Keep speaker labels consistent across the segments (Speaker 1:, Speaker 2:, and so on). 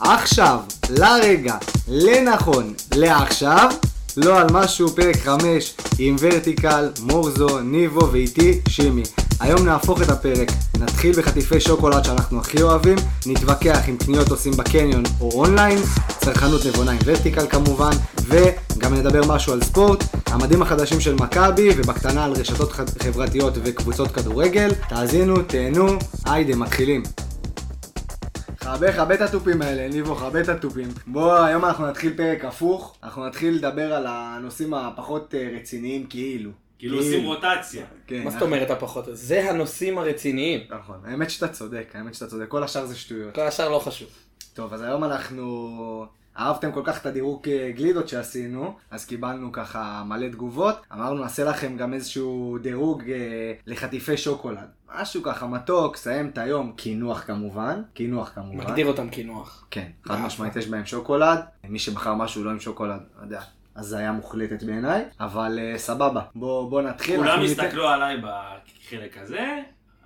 Speaker 1: עכשיו, לרגע, לנכון, לעכשיו, לא על משהו, פרק 5 עם ורטיקל, מורזו, ניבו ואיתי שימי. היום נהפוך את הפרק, נתחיל בחטיפי שוקולד שאנחנו הכי אוהבים, נתווכח אם קניות עושים בקניון או אונליין, צרכנות נבונה עם ורטיקל כמובן, וגם נדבר משהו על ספורט, המדים החדשים של מכבי, ובקטנה על רשתות ח- חברתיות וקבוצות כדורגל. תאזינו, תהנו, היידה, מתחילים. חבה, חבה את התופים האלה, ניבו, חבה את התופים. בוא, היום אנחנו נתחיל פרק הפוך, אנחנו נתחיל לדבר על הנושאים הפחות אה, רציניים כאילו.
Speaker 2: כאילו עושים רוטציה.
Speaker 1: כן,
Speaker 3: מה זאת אומרת הפחות? זה הנושאים הרציניים.
Speaker 1: נכון, האמת שאתה צודק, האמת שאתה צודק, כל השאר זה שטויות.
Speaker 3: כל השאר לא חשוב.
Speaker 1: טוב, אז היום אנחנו... אהבתם כל כך את הדירוג אה, גלידות שעשינו, אז קיבלנו ככה מלא תגובות. אמרנו, נעשה לכם גם איזשהו דירוג אה, לחטיפי שוקולד. משהו ככה מתוק, סיים את היום, קינוח כמובן. קינוח כמובן.
Speaker 3: מגדיר אותם קינוח.
Speaker 1: כן, חד משמעית יש בהם שוקולד. מי שבחר משהו לא עם שוקולד, לא יודע. אז זה היה מוחלטת בעיניי, אבל אה, סבבה. בוא, בוא נתחיל.
Speaker 2: כולם
Speaker 1: אנחנו ניתן-
Speaker 2: הסתכלו עליי בחלק הזה,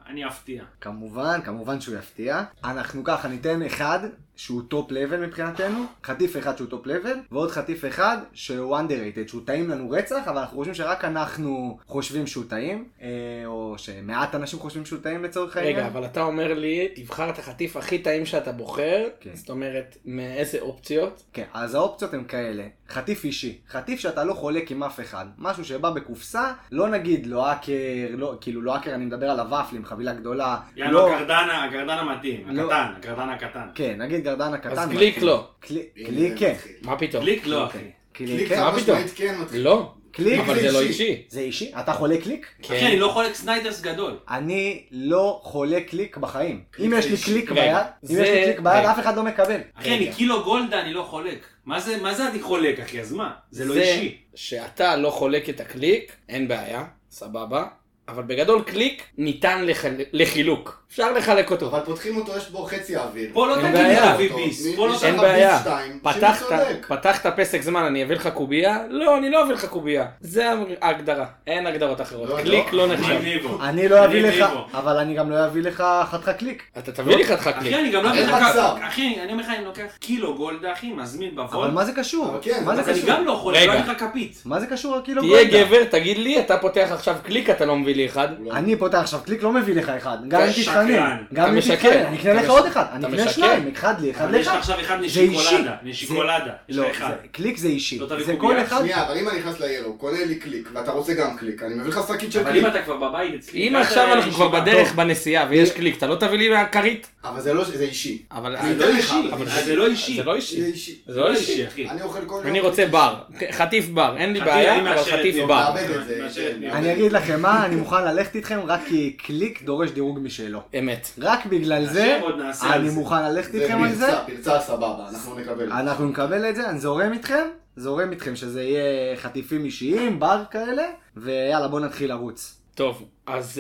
Speaker 2: אני אפתיע.
Speaker 1: כמובן, כמובן שהוא יפתיע. אנחנו ככה ניתן אחד שהוא טופ לבל מבחינתנו, חטיף אחד שהוא טופ לבל, ועוד חטיף אחד שהוא underrated, שהוא טעים לנו רצח, אבל אנחנו חושבים שרק אנחנו חושבים שהוא טעים, אה, או שמעט אנשים חושבים שהוא טעים לצורך העניין.
Speaker 3: רגע, אבל אתה אומר לי, תבחר את החטיף הכי טעים שאתה בוחר,
Speaker 1: כן.
Speaker 3: זאת אומרת, מאיזה אופציות?
Speaker 1: כן, אז האופציות הן כאלה, חטיף אישי, חטיף שאתה לא חולק עם אף אחד, משהו שבא בקופסה, לא נגיד לואקר, לא, כאילו לואקר אני מדבר על הוואפלים, חבילה גדולה,
Speaker 2: יאללה,
Speaker 1: לא,
Speaker 2: הגרדן ה- הגרדן המתאים,
Speaker 1: לא.
Speaker 2: הקטן, הגרדן הקטן.
Speaker 1: כן, נגיד גרדן הקטן,
Speaker 3: אז גליק
Speaker 1: מתחיל.
Speaker 3: לא.
Speaker 1: קלי-
Speaker 4: הנה,
Speaker 1: גליק כן,
Speaker 4: מתחיל.
Speaker 3: מה פתאום?
Speaker 2: גליק לא,
Speaker 1: כן.
Speaker 2: אחי.
Speaker 4: גליק
Speaker 1: קליק,
Speaker 4: חד
Speaker 3: מה פתאום?
Speaker 4: משמעית כן מתחיל.
Speaker 3: לא,
Speaker 1: קליק,
Speaker 3: אבל זה לא אישי. כן.
Speaker 1: זה אישי? אתה חולה קליק?
Speaker 2: אחי, אני לא חולק סניידרס גדול.
Speaker 1: אני לא חולה קליק בחיים.
Speaker 4: קליק
Speaker 1: אם יש
Speaker 4: זה
Speaker 1: לי
Speaker 4: אישי.
Speaker 1: קליק
Speaker 3: רגע,
Speaker 1: ביד, אם
Speaker 3: זה-
Speaker 1: יש לי קליק ביד,
Speaker 3: רגע.
Speaker 1: אף אחד לא מקבל.
Speaker 2: אחי, אני
Speaker 3: רגע.
Speaker 2: קילו גולדה, אני לא חולק. מה זה, מה זה אני חולק, אחי? אז מה? זה לא אישי.
Speaker 3: שאתה לא חולק את הקליק, אין בעיה, סבבה. אבל בגדול קליק ניתן לחל- לחילוק. אפשר לחלק אותו.
Speaker 4: אבל פותחים אותו, יש בו חצי אוויר.
Speaker 2: פה לא
Speaker 3: אין
Speaker 2: תגיד
Speaker 3: בעיה.
Speaker 2: להביא ביס.
Speaker 4: מי-
Speaker 2: פה לא
Speaker 4: מי
Speaker 3: אין
Speaker 2: תגיד...
Speaker 4: שחביב
Speaker 3: בעיה.
Speaker 4: שתיים,
Speaker 3: פתחת,
Speaker 4: שמי צודק.
Speaker 3: פתחת פסק זמן, אני אביא לך קובייה? לא, אני לא אביא לך קובייה. זה ההגדרה, אין הגדרות אחרות.
Speaker 4: לא, לא.
Speaker 3: קליק לא
Speaker 2: אני
Speaker 3: נחשב.
Speaker 2: ניבו.
Speaker 1: אני לא אביא לך,
Speaker 2: ניבו.
Speaker 1: אבל אני גם לא אביא לך חתך קליק.
Speaker 3: אתה תביא לי חתך קליק.
Speaker 2: אחי, אני גם לא
Speaker 4: אין
Speaker 2: אביא לך...
Speaker 4: מצב.
Speaker 2: אחי, אני אומר לך, אני לוקח קילו גולדה, אחי, מזמין
Speaker 1: אבל
Speaker 2: בבון.
Speaker 1: מה זה קשור?
Speaker 4: נכון. אבל כן,
Speaker 1: מה זה
Speaker 2: אז אני
Speaker 1: קשור?
Speaker 2: גם לא חולק,
Speaker 3: רגע.
Speaker 2: לא אביא לך כפית.
Speaker 1: מה זה קשור כאילו, הקילו
Speaker 3: תהיה
Speaker 1: גולדה?
Speaker 3: גבר, תגיד לי, אתה פותח עכשיו קליק, אתה לא מביא לי אחד.
Speaker 4: הוא לא-
Speaker 1: אני פותח עכשיו קליק, לא מביא לך אחד. גם אם
Speaker 3: אתה
Speaker 1: תתחנן.
Speaker 2: שקרן.
Speaker 1: גם אם
Speaker 3: אתה
Speaker 1: תתחנן.
Speaker 3: משקר.
Speaker 1: אני אקנה
Speaker 3: אתה
Speaker 1: לך
Speaker 3: מש-
Speaker 1: עוד אחד. אני
Speaker 3: אתה
Speaker 1: אקנה
Speaker 3: משקר.
Speaker 1: שניים, אחד לי, אחד
Speaker 2: אבל יש לך
Speaker 1: לך.
Speaker 2: עכשיו אחד
Speaker 1: זה אישי.
Speaker 2: משיקולדה.
Speaker 1: זה-
Speaker 2: משיקולדה. יש
Speaker 1: לא,
Speaker 2: לך אחד.
Speaker 1: זה- קליק זה אישי.
Speaker 2: לא תביא
Speaker 1: זה
Speaker 2: קובייה.
Speaker 1: כל אחד.
Speaker 4: שנייה, אבל אם אני נכנס ל-Yellow, קונה לי קליק, ואתה רוצה גם קליק, אני מביא לך שקית של
Speaker 2: אבל אם
Speaker 4: קליק.
Speaker 2: אתה כבר בבית אצלי...
Speaker 3: אם
Speaker 2: הגעת
Speaker 3: עכשיו אנחנו כבר
Speaker 2: לישיבה.
Speaker 3: בדרך בנסיעה ויש קליק, אתה לא תביא לי מהכרית?
Speaker 4: אבל זה לא, זה אישי.
Speaker 3: אבל
Speaker 4: אני
Speaker 2: זה לא אישי,
Speaker 3: אבל
Speaker 2: זה לא אישי.
Speaker 3: זה לא
Speaker 4: זה
Speaker 3: אישי.
Speaker 4: אישי.
Speaker 3: זה לא אישי.
Speaker 2: אחי.
Speaker 4: אני אוכל כל יום.
Speaker 3: אני רוצה בר. חטיף בר, אין לי
Speaker 2: חטיף, אני
Speaker 3: בעיה, אבל
Speaker 2: מאשר את
Speaker 3: חטיף
Speaker 2: זה.
Speaker 3: בר.
Speaker 4: מאבד את זה.
Speaker 2: מאשר את
Speaker 4: זה-
Speaker 2: זה.
Speaker 1: אני אגיד לכם מה, אני מוכן ללכת איתכם רק כי קליק דורש דירוג משלו.
Speaker 3: אמת.
Speaker 1: רק בגלל זה,
Speaker 2: השם עוד נעשה על
Speaker 1: אני
Speaker 2: זה.
Speaker 1: מוכן ללכת
Speaker 4: זה
Speaker 1: איתכם על זה.
Speaker 4: פרצה, פרצה סבבה, אנחנו נקבל.
Speaker 1: אנחנו נקבל את זה, אני זורם איתכם, זורם איתכם שזה יהיה חטיפים אישיים, בר כאלה, ויאללה בוא נתחיל לרוץ.
Speaker 3: טוב, אז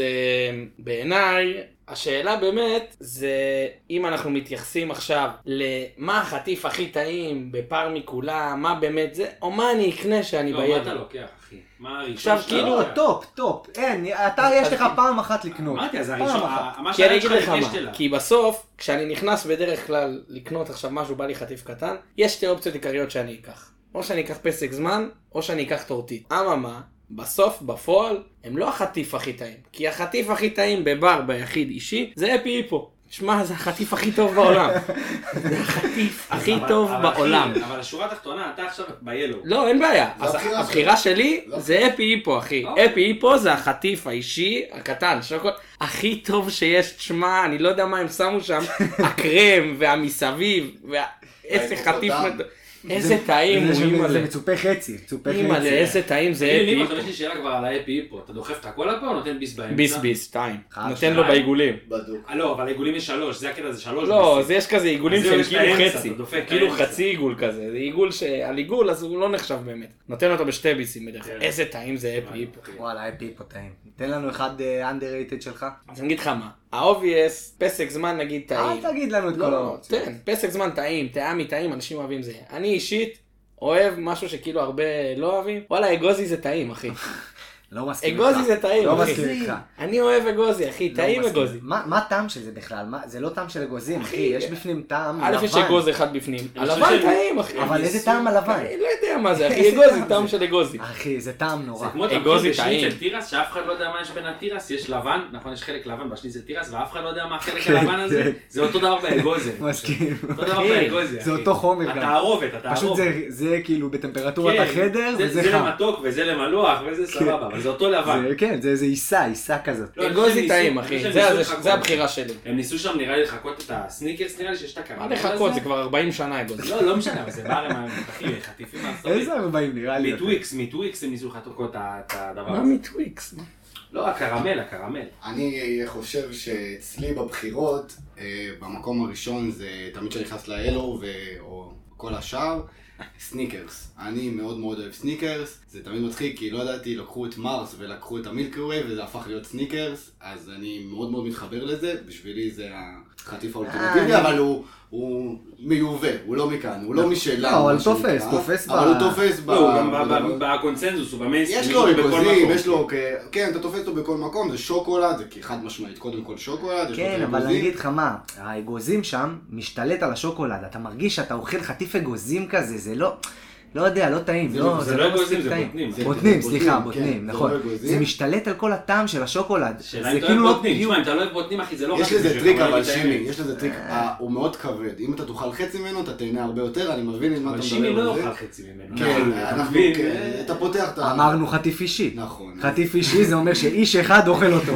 Speaker 3: uh, בעיניי, השאלה באמת, זה אם אנחנו מתייחסים עכשיו למה החטיף הכי טעים בפער מכולם, מה באמת זה, או מה אני אקנה שאני
Speaker 2: לא, מה
Speaker 3: בידע.
Speaker 2: אתה לוקח, אחי? מה הראשון
Speaker 3: עכשיו,
Speaker 2: שאתה
Speaker 3: כאילו,
Speaker 1: לא,
Speaker 2: לוקח?
Speaker 1: טופ, טופ, אין, אתה יש לך פעם אחת לקנות.
Speaker 2: אמרתי, אז
Speaker 1: פעם
Speaker 2: הראשון,
Speaker 1: אחת.
Speaker 2: ה- מה
Speaker 3: כי אני
Speaker 2: שהילד
Speaker 3: אגיד
Speaker 2: שלך
Speaker 3: לך
Speaker 2: ניגש
Speaker 3: מה,
Speaker 2: אליו.
Speaker 3: כי בסוף, כשאני נכנס בדרך כלל לקנות עכשיו משהו, בא לי חטיף קטן, יש שתי אופציות עיקריות שאני אקח. או שאני אקח פסק זמן, או שאני אקח טורטית. אממה, בסוף, בפועל, הם לא החטיף הכי טעים. כי החטיף הכי טעים בבר, ביחיד אישי, זה אפי היפו. שמע, זה החטיף הכי טוב בעולם. זה החטיף הכי
Speaker 2: אבל-
Speaker 3: טוב
Speaker 2: אבל אחי,
Speaker 3: בעולם.
Speaker 2: אבל השורה התחתונה, אתה עכשיו ביאלו.
Speaker 3: לא, אין בעיה.
Speaker 4: זה
Speaker 3: אז
Speaker 4: הבחירה
Speaker 3: הבחירה שלי
Speaker 4: לא.
Speaker 3: זה אפי היפו, אחי.
Speaker 2: אוקיי.
Speaker 3: אפי היפו זה החטיף האישי הקטן, שוקולד, הכי טוב שיש. תשמע, אני לא יודע מה הם שמו שם, הקרם והמסביב, וה- איזה חטיף...
Speaker 4: האפוטוטם.
Speaker 3: מד- איזה טעים
Speaker 1: זה
Speaker 3: הוא,
Speaker 1: שם- זה
Speaker 3: אימא'לה.
Speaker 1: מצופה חצי, מצופה
Speaker 3: אימא'לה,
Speaker 1: חצי.
Speaker 3: איזה טעים זה
Speaker 2: כאילו,
Speaker 3: אפי
Speaker 2: ניב, עכשיו יש
Speaker 3: היפו.
Speaker 2: לי שאלה כבר על האפי היפו. אתה דוחף את הכל לפה או נותן ביס באמצע?
Speaker 3: ביס ביס, שתיים.
Speaker 1: חד
Speaker 3: נותן
Speaker 1: שתיים.
Speaker 3: לו בעיגולים.
Speaker 4: בדוק.
Speaker 2: אה, לא, אבל העיגולים יש שלוש, זה הקטע, זה שלוש.
Speaker 3: לא,
Speaker 2: ביסים.
Speaker 3: אז יש כזה עיגולים
Speaker 2: אז זהו,
Speaker 3: שהם
Speaker 2: יש את
Speaker 3: כאילו
Speaker 2: האמצע,
Speaker 3: חצי,
Speaker 2: אתה דופק את
Speaker 3: כאילו
Speaker 2: האמצע.
Speaker 3: חצי עיגול כזה, זה עיגול שעל עיגול אז הוא לא נחשב באמת. נותן אותו בשתי ביסים בדרך כלל,
Speaker 2: כן.
Speaker 3: איזה טעים זה אפי היפו.
Speaker 2: אוקיי.
Speaker 1: וואלה, אפי פה טעים. תן לנו אחד אה, underrated שלך.
Speaker 3: אז אני אגיד לך מה, ה-obvious, פסק זמן נגיד טעים.
Speaker 1: אל תגיד לנו את כל
Speaker 3: לא,
Speaker 1: האופציות.
Speaker 3: תן, פסק זמן טעים, טעם מטעים, אנשים אוהבים זה. אני אישית אוהב משהו שכאילו הרבה לא אוהבים, וואלה אגוזי זה טעים אחי.
Speaker 1: לא מסכים איתך.
Speaker 3: אגוזי זה טעים,
Speaker 1: לא
Speaker 3: אחי.
Speaker 1: מסכים איתך.
Speaker 3: אני אוהב אגוזי, אחי,
Speaker 1: לא
Speaker 3: טעים
Speaker 1: מסכים.
Speaker 3: אגוזי.
Speaker 1: מה מה הטעם של זה בכלל? מה- זה לא טעם של אגוזים, אחי,
Speaker 3: אחי,
Speaker 1: יש בפנים טעם
Speaker 3: א' יש
Speaker 1: לא, לבן.
Speaker 3: אגוז אחד בפנים,
Speaker 2: אני חושב
Speaker 3: הלבן
Speaker 2: שהם-
Speaker 3: טעים אחי.
Speaker 1: אבל איזה טעם הלבן?
Speaker 3: אני לא יודע מה זה, אחי,
Speaker 1: איזה
Speaker 3: אגוזי,
Speaker 1: טעם לא,
Speaker 3: טעם
Speaker 1: זה?
Speaker 3: של אגוזי.
Speaker 1: אחי, זה טעם
Speaker 2: זה
Speaker 1: נורא.
Speaker 2: כמו
Speaker 3: אגוזי
Speaker 2: תפקיד
Speaker 3: טעים.
Speaker 2: בשניצל תירס, שאף אחד לא יודע מה יש בין התירס, יש לבן, נכון, יש חלק לבן בשניצל תירס, ואף אחד לא יודע מה החלק
Speaker 1: כן,
Speaker 2: הלבן הזה,
Speaker 1: כן.
Speaker 2: זה אותו דבר באגוזי.
Speaker 1: מסכים.
Speaker 2: אותו דבר
Speaker 3: אחי,
Speaker 2: באגוזי,
Speaker 1: זה
Speaker 2: אחי.
Speaker 1: אותו חומר גם.
Speaker 2: התערובת, התערובת.
Speaker 1: פשוט זה- זה כאילו בטמפרטורת
Speaker 2: כן,
Speaker 1: החדר,
Speaker 2: זה-
Speaker 1: וזה
Speaker 2: זה
Speaker 1: חם. כן.
Speaker 2: למתוק וזה למלוח וזה סבבה, אבל זה אותו לבן.
Speaker 1: זה- כן, זה איזה עיסה, עיסה כזאת.
Speaker 2: לא, אני חושב שהם
Speaker 3: אגוזי
Speaker 2: ניסו-
Speaker 3: טעים
Speaker 2: אני חושב
Speaker 3: אחי,
Speaker 2: שהם
Speaker 3: זה
Speaker 2: ניסו
Speaker 3: הזה-
Speaker 2: לחכות.
Speaker 3: זה הבחירה שלי.
Speaker 2: הם ניסו שם נראה לי לחכות את הסניקרס, נראה לי שיש את הקרמל.
Speaker 3: מה לחכות, זה כבר 40 שנה אגוזי.
Speaker 2: לא, לא משנה, אבל זה בא להם, אחי, חטיפים מהסטורי.
Speaker 1: איזה 40 נראה לי.
Speaker 2: מטוויקס, מטוויקס הם ניסו לחכות את ה- את הדבר
Speaker 3: מה
Speaker 2: הזה.
Speaker 3: מטוויקס?
Speaker 2: לא, הקרמל, הקרמל.
Speaker 4: אני חושב שאצלי בבחירות, אה, במקום הראשון זה תמיד כשאני נכנס ל-Hello ו- או כל השאר, סניקרס. אני מאוד מאוד אוהב סניקרס, זה תמיד מצחיק כי לא ידעתי, לקחו את מרס ולקחו את המילקווי וזה הפך להיות סניקרס, אז אני מאוד מאוד מתחבר לזה, בשבילי זה החטיף האולטימטיבי,
Speaker 1: אה, אני-
Speaker 4: אבל הוא... הוא מיובא, הוא לא מכאן, הוא לא משלנו.
Speaker 1: לא, אבל
Speaker 4: מה שנקרא.
Speaker 1: תופס, תופס
Speaker 4: אבל
Speaker 1: ב-
Speaker 4: הוא תופס ב...
Speaker 2: לא, הוא גם ב-
Speaker 4: בדבר.
Speaker 2: ב- בקונצנזוס, הוא במיינסטרים.
Speaker 4: יש לו
Speaker 2: בכל
Speaker 4: אגוזים,
Speaker 2: מקום.
Speaker 4: יש לו, כ- כן, אתה תופס אותו בכל מקום, זה שוקולד, זה כי חד משמעית, קודם כל שוקולד, יש לו את
Speaker 1: כן, אבל אני
Speaker 4: האגוזים.
Speaker 1: אגיד לך מה, האגוזים שם משתלט על השוקולד, אתה מרגיש שאתה אוכל חטיף אגוזים כזה, זה לא, לא יודע, לא טעים,
Speaker 4: זה
Speaker 1: לא,
Speaker 4: לא-
Speaker 1: זה
Speaker 2: זה לא
Speaker 1: לא
Speaker 2: אגוזים,
Speaker 1: מספיק
Speaker 2: זה
Speaker 1: טעים.
Speaker 2: בוטנים.
Speaker 4: זה-
Speaker 1: בוטנים,
Speaker 4: בוטנים,
Speaker 1: סליחה,
Speaker 4: כן,
Speaker 1: בוטנים,
Speaker 4: זה
Speaker 1: נכון.
Speaker 4: לא אגוזים.
Speaker 1: זה משתלט על כל הטעם של השוקולד.
Speaker 2: שאלה
Speaker 1: זה
Speaker 2: אם אתה
Speaker 1: כאילו
Speaker 2: אוהב
Speaker 1: לא
Speaker 2: בוטנים.
Speaker 1: פיור.
Speaker 2: תשמע, אם אתה לא אוהב בוטנים, אחי, זה לא
Speaker 4: יש לזה
Speaker 2: בשבילך,
Speaker 4: טריק
Speaker 2: אבל
Speaker 4: אבל
Speaker 2: אני
Speaker 4: שימי,
Speaker 2: טעים.
Speaker 4: יש לזה טריק, אה, הוא מאוד כבד, אם אתה תאכל חצי ממנו אתה תהנה הרבה יותר, אני מבין עם מה
Speaker 2: אבל
Speaker 4: אתה
Speaker 2: שימי
Speaker 4: מדבר
Speaker 2: לא
Speaker 4: על זה.
Speaker 2: אוכל חצי ממנו.
Speaker 4: כן,
Speaker 2: אתה
Speaker 4: אנחנו,
Speaker 2: מבין?
Speaker 4: כן, אתה פותח את ה...
Speaker 1: אמרנו חטיף אישי.
Speaker 4: נכון.
Speaker 1: חטיף אישי זה אומר שאיש אחד אוכל אותו.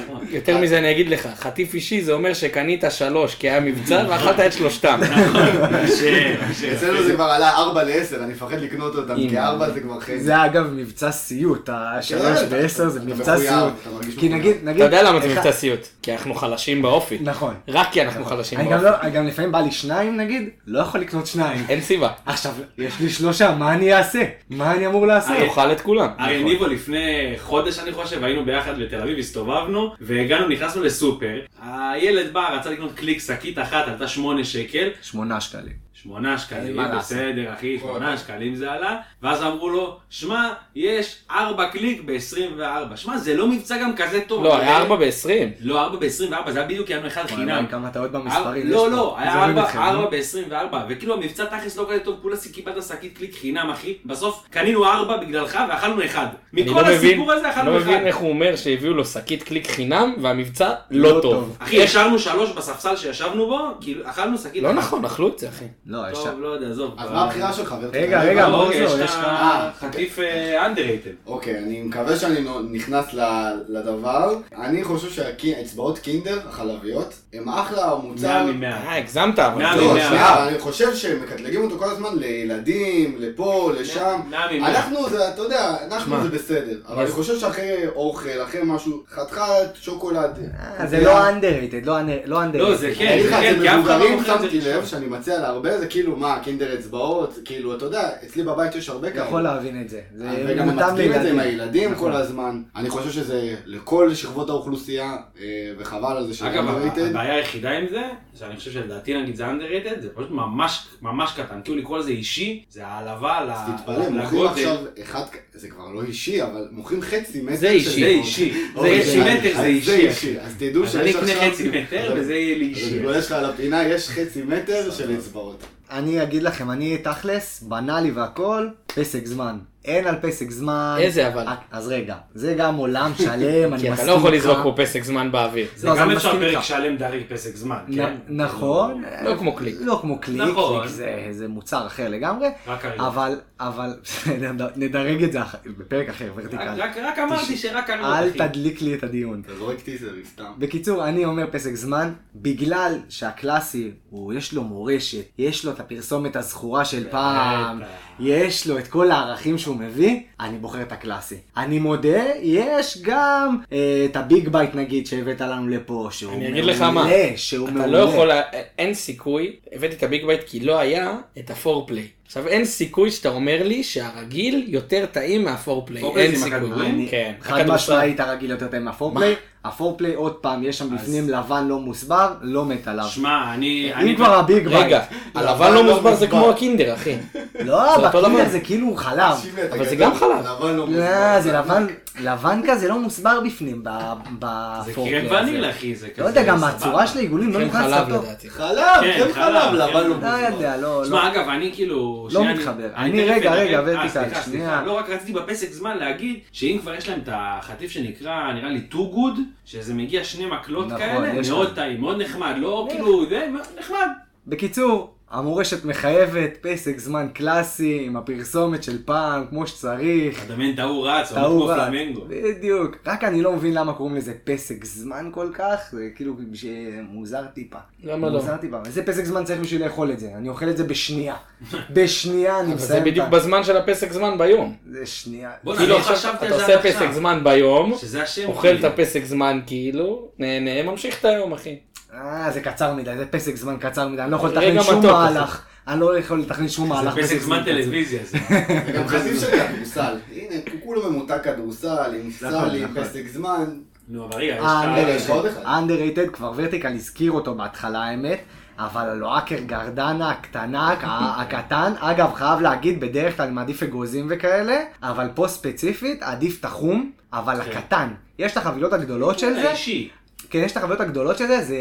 Speaker 2: נכון.
Speaker 3: יותר מזה אני אגיד לך, חטיף אישי זה אומר שקנית שלוש כי היה מבצע ואכלת את שלושתם.
Speaker 2: קשה, קשה.
Speaker 4: כן, אצלנו זה כבר עלה 4 ל-10, אני מפחד לקנות אותם, כי 4 זה כבר חצי.
Speaker 1: זה אגב מבצע סיוט, השלוש
Speaker 4: כן, אתה-
Speaker 1: ועשר זה
Speaker 4: אתה
Speaker 1: מבצע
Speaker 4: מחויב,
Speaker 1: סיוט.
Speaker 4: אתה מרגיש
Speaker 1: כי
Speaker 4: מחויב.
Speaker 1: נגיד, נגיד...
Speaker 3: אתה יודע למה זה
Speaker 1: אחד-
Speaker 3: מבצע סיוט? כי אנחנו חלשים באופי.
Speaker 1: נכון.
Speaker 3: רק כי אנחנו חלשים
Speaker 1: אני גם
Speaker 3: באופי.
Speaker 1: לא- אני גם לפעמים בא לי שניים נגיד, לא יכול לקנות שניים.
Speaker 3: אין סיבה.
Speaker 1: עכשיו, יש לי שלושה, מה אני אעשה? מה אני אמור לעשות?
Speaker 2: אה,
Speaker 3: תאכל את כולם.
Speaker 2: הרי
Speaker 3: נכון.
Speaker 2: ניבו לפני חודש אני חושב, היינו ביחד בתל אביב, הסתובבנו, והגענו, נכנסנו לסופר, הילד בא, רצה לקנות קליק שקית אחת, עלתה שמונה שקל,
Speaker 1: שמונה שקלים.
Speaker 2: שמונה
Speaker 1: אין
Speaker 2: שקלים,
Speaker 1: מה לעשות.
Speaker 2: בסדר אחי,
Speaker 4: וואלה.
Speaker 2: שמונה שקלים זה עלה, ואז אמרו לו, שמע, יש ארבע קליק ב-24, שמע, זה לא מבצע גם כזה טוב.
Speaker 3: לא,
Speaker 2: אבל-
Speaker 3: היה ארבע בעשרים.
Speaker 2: לא, ארבע ב-24, זה היה בדיוק, היה לנו אחד חינם.
Speaker 1: חינם. כמה אתה עוד
Speaker 2: אר-
Speaker 1: במספרים.
Speaker 2: לא,
Speaker 1: יש
Speaker 2: לא,
Speaker 1: פה.
Speaker 2: היה
Speaker 1: מזוהים
Speaker 2: ארבע-
Speaker 1: איתכם,
Speaker 2: ארבע
Speaker 1: נו.
Speaker 2: ב-24, וכאילו המבצע תכלס לא כזה טוב, כולה סי- קיבלת שקית קליק חינם, אחי. בסוף קנינו ארבע בגללך ואכלנו אחד.
Speaker 3: אני
Speaker 2: מכל
Speaker 3: לא מבין-
Speaker 2: הסיפור הזה
Speaker 3: לא
Speaker 2: אכלנו אחד.
Speaker 3: מבין איך הוא אומר שהביאו לו שקית קליק חינם והמבצע לא
Speaker 1: לא
Speaker 3: טוב.
Speaker 1: טוב.
Speaker 2: אחי, ישרנו שלוש בספסל שישבנו בו, כאילו אכלנו שקית.
Speaker 3: לא
Speaker 2: אחת.
Speaker 3: נכון, אכלו את זה אחי.
Speaker 1: לא, יש...
Speaker 2: טוב, לא יודע, עזוב.
Speaker 4: אז מה הבחירה שלך? חבר? אוקיי.
Speaker 1: רגע,
Speaker 4: תתחיל.
Speaker 1: רגע,
Speaker 2: רגע,
Speaker 1: מורזו,
Speaker 2: יש
Speaker 1: יש
Speaker 2: לך
Speaker 1: לך-
Speaker 2: אה, חטיף אנדררייטד.
Speaker 4: אוקיי, אני מקווה שאני נו- נכנס ל- לדבר. אני חושב שהאצבעות קינדר, החלביות, הם אחלה מוצר.
Speaker 2: מאה ממאה.
Speaker 3: אה, הגזמת אבל.
Speaker 2: מאה
Speaker 4: לא,
Speaker 2: ממאה.
Speaker 4: שנייה, אבל אני חושב שמקטלגים אותו כל הזמן לילדים, לפה, לשם.
Speaker 2: מאה ממאה.
Speaker 4: אנחנו זה, אתה יודע, אנחנו זה בסדר. אבל אני חושב שאחרי אוכל, אחרי משהו, חתיכת, שוקולד.
Speaker 1: אה, זה לא אנדררייטד, לא אנ- לא אנדררייטד.
Speaker 2: לא, זה כן.
Speaker 4: אני אגיד לך,
Speaker 2: כן,
Speaker 4: אצל
Speaker 2: כי אף אחד לא
Speaker 4: מבוגרים
Speaker 2: אוכל את זה
Speaker 4: שמתי לב
Speaker 2: ראשון.
Speaker 4: שאני מציע להרבה, זה כאילו, מה, קינדר אצבעות, כאילו, אתה יודע, אצלי בבית יש הרבה
Speaker 2: כן.
Speaker 1: אתה
Speaker 4: כאלה.
Speaker 1: יכול להבין את זה. זה
Speaker 4: אה, וגם
Speaker 1: מותאם
Speaker 4: מנתקים את זה עם
Speaker 1: לילדים. נכון.
Speaker 4: הילדים כל הזמן. אני חושב שזה לכל שכבות האוכלוסייה, אה, וחבל על זה שזה לא
Speaker 2: אגב,
Speaker 4: underrated.
Speaker 2: הבעיה היחידה עם זה, שאני חושב שלדעתי נגיד זה underrated, זה פשוט ממש ממש קטן. כאילו לקרוא לזה אישי, זה העלבה ל-
Speaker 4: אז תתפלא, מוכרים עכשיו
Speaker 2: לגודל.
Speaker 4: אחד, כ- זה כבר לא אישי, אבל מוכרים חצי מטר.
Speaker 3: זה
Speaker 4: של
Speaker 3: אישי.
Speaker 2: זה אישי. זה
Speaker 4: אוקיי,
Speaker 2: אישי מטר, זה
Speaker 4: אז
Speaker 2: אישי. אחי.
Speaker 4: אז תדעו
Speaker 2: אז אני
Speaker 4: שיש עכשיו...
Speaker 2: אקנה חצי מטר
Speaker 4: אז-
Speaker 2: וזה יהיה לי
Speaker 4: אז אני
Speaker 2: אישי.
Speaker 4: גולש לך על הפינה, יש חצי מטר של לא. אצבעות.
Speaker 1: אני אגיד לכם, אני תכלס, בנאלי והכל, פסק זמן. אין על פסק זמן.
Speaker 3: איזה אבל?
Speaker 1: אה, אז רגע, זה גם עולם שלם, אני מסכים
Speaker 3: כי
Speaker 1: איתך.
Speaker 3: אתה לא יכול לזרוק פה פסק זמן באוויר.
Speaker 2: זה
Speaker 1: לא, אז
Speaker 2: גם
Speaker 1: אני
Speaker 2: אפשר
Speaker 1: מסכים
Speaker 2: פרק
Speaker 1: איתך.
Speaker 2: שלם דרי פסק זמן, כן?
Speaker 1: נ- נכון.
Speaker 3: לא כמו קליק.
Speaker 1: לא כמו קליק,
Speaker 2: נכון.
Speaker 1: קליק זה- זה מוצר אחר לגמרי.
Speaker 2: רק הרגע.
Speaker 1: אבל, אבל, נדרג את זה אח- בפרק אחר, ורטיקל.
Speaker 2: רק רק אמרתי שרק אני... לא
Speaker 1: אל תדליק לי את הדיון.
Speaker 4: אתה זורק טיזרים סתם.
Speaker 1: בקיצור, אני אומר פסק זמן, בגלל שהקלאסי, הוא יש לו מורשת, יש לו את הפרסומת הזכורה של פעם,
Speaker 2: בטח.
Speaker 1: יש לו את כל הערכים שהוא מביא, אני בוחר את הקלאסי. אני מודה, יש גם אה, את הביג בייט נגיד שהבאת לנו לפה, שהוא
Speaker 3: אני
Speaker 1: מעולה,
Speaker 3: אגיד לך מה,
Speaker 1: שהוא
Speaker 3: אתה
Speaker 1: מעולה.
Speaker 3: לא יכול, אין סיכוי, הבאתי את הביג בייט כי לא היה את הפורפליי. עכשיו אין סיכוי שאתה אומר לי שהרגיל יותר טעים מהפורפליי,
Speaker 2: פורפליי
Speaker 3: אין
Speaker 2: זה עם
Speaker 3: סיכוי.
Speaker 2: הכדורים?
Speaker 1: אני-
Speaker 3: כן,
Speaker 1: חד
Speaker 3: הכדורסל.
Speaker 1: משמעית הרגיל יותר טעים מהפורפליי, הפורפליי עוד פעם, יש שם בפנים לבן לא מוסבר, לא מת עליו.
Speaker 2: שמע, אני...
Speaker 1: אם
Speaker 2: אני-
Speaker 1: כבר הביג בייט.
Speaker 3: רגע, הלבן לא מוסבר זה כמו הקינדר אחי.
Speaker 1: לא,
Speaker 3: זה אותו
Speaker 1: בקינדר
Speaker 3: לבן.
Speaker 1: זה כאילו חלב.
Speaker 4: תקשיב לי, אתה
Speaker 3: אבל זה
Speaker 4: גדול.
Speaker 3: גם חלב.
Speaker 4: לבן לא
Speaker 1: לא,
Speaker 4: מוזמן.
Speaker 1: זה לבן, לבן כזה לא מוסבר בפנים ב-
Speaker 2: זה
Speaker 1: בפורקלר
Speaker 2: קרם
Speaker 1: הזה.
Speaker 2: וניל, אחי, זה כזה...
Speaker 1: לא יודע, גם
Speaker 2: סבבה.
Speaker 1: הצורה של העיגולים לא
Speaker 3: קרם
Speaker 1: נכנסת
Speaker 3: חלב
Speaker 1: לטוב.
Speaker 3: לדעתי.
Speaker 4: חלב,
Speaker 2: כן, חלב,
Speaker 4: כן חלב, לבן
Speaker 2: כן.
Speaker 4: לא
Speaker 1: לא
Speaker 2: לא
Speaker 4: מוזמן.
Speaker 1: יודע, לא... לא-
Speaker 2: תשמע, אגב, אני כאילו...
Speaker 1: לא
Speaker 2: שנייה,
Speaker 1: מתחבר. אני
Speaker 2: תכף
Speaker 1: רגע,
Speaker 2: אדבר.
Speaker 1: רגע,
Speaker 2: אה,
Speaker 1: ורטיקל,
Speaker 2: סליחה,
Speaker 1: שנייה.
Speaker 2: סליחה. לא, רק רציתי בפסק זמן להגיד שאם כבר יש להם את החטיף שנקרא, נראה לי טו גוד, שזה מגיע שני מקלות
Speaker 1: נכון,
Speaker 2: כאלה,
Speaker 1: יש
Speaker 2: מאוד
Speaker 1: לך.
Speaker 2: טעים, מאוד נחמד, לא כאילו, זה נחמד.
Speaker 1: בקיצור, המורשת מחייבת פסק זמן קלאסי עם הפרסומת של פעם, כמו שצריך.
Speaker 2: הדמיין טעו רץ, הוא
Speaker 1: טעו
Speaker 2: כמו
Speaker 1: רץ.
Speaker 2: פלמנגו.
Speaker 1: בדיוק. רק אני לא מבין למה קוראים לזה פסק זמן כל כך, זה כאילו שמוזר טיפה.
Speaker 3: למה לא?
Speaker 1: מוזר טיפה. איזה פסק זמן צריך בשביל לאכול את זה? אני אוכל את זה בשנייה. בשנייה אני
Speaker 3: אבל זה
Speaker 1: מסיים את
Speaker 3: בדיוק
Speaker 1: ה... לא,
Speaker 3: בזמן של הפסק זמן ביום.
Speaker 1: זה שנייה.
Speaker 2: בוא'נה,
Speaker 3: כאילו
Speaker 2: אני
Speaker 3: עכשיו
Speaker 2: חשבתי
Speaker 3: אתה
Speaker 2: על זה
Speaker 3: עושה
Speaker 2: עד
Speaker 3: פסק
Speaker 2: עכשיו.
Speaker 3: זמן ביום,
Speaker 2: שזה השם.
Speaker 3: אוכל את
Speaker 2: כאילו.
Speaker 3: הפסק זמן כאילו, נהנה, ממשיך את היום אחי.
Speaker 1: אה, זה קצר מדי, זה פסק זמן קצר מדי, אני לא יכול
Speaker 3: רגע
Speaker 1: לתכנן שום
Speaker 3: מתוק,
Speaker 1: מהלך. אני לא יכול לתכנן שום
Speaker 2: זה
Speaker 1: מהלך.
Speaker 2: פסק זמן
Speaker 1: קצר.
Speaker 2: טלוויזיה זה.
Speaker 4: גם חזים של כדורסל. הנה, הוא כולו ממותק כדורסל, עם סל, עם
Speaker 1: נכון.
Speaker 4: פסק זמן.
Speaker 2: נו, אבל רגע, יש
Speaker 1: אה,
Speaker 4: רגע,
Speaker 2: לך...
Speaker 4: יש לך עוד אחד.
Speaker 1: underrated, כבר ורטיקל הזכיר אותו בהתחלה האמת, אבל הלוא אקר גרדנה הקטנה, ה- הקטן, אגב חייב להגיד בדרך כלל אני מעדיף אגוזים וכאלה, אבל פה ספציפית עדיף תחום, אבל
Speaker 2: כן.
Speaker 1: הקטן. יש את החבילות הגדולות של זה,
Speaker 2: אישי.
Speaker 1: כן יש את החבילות הגדולות של זה, זה,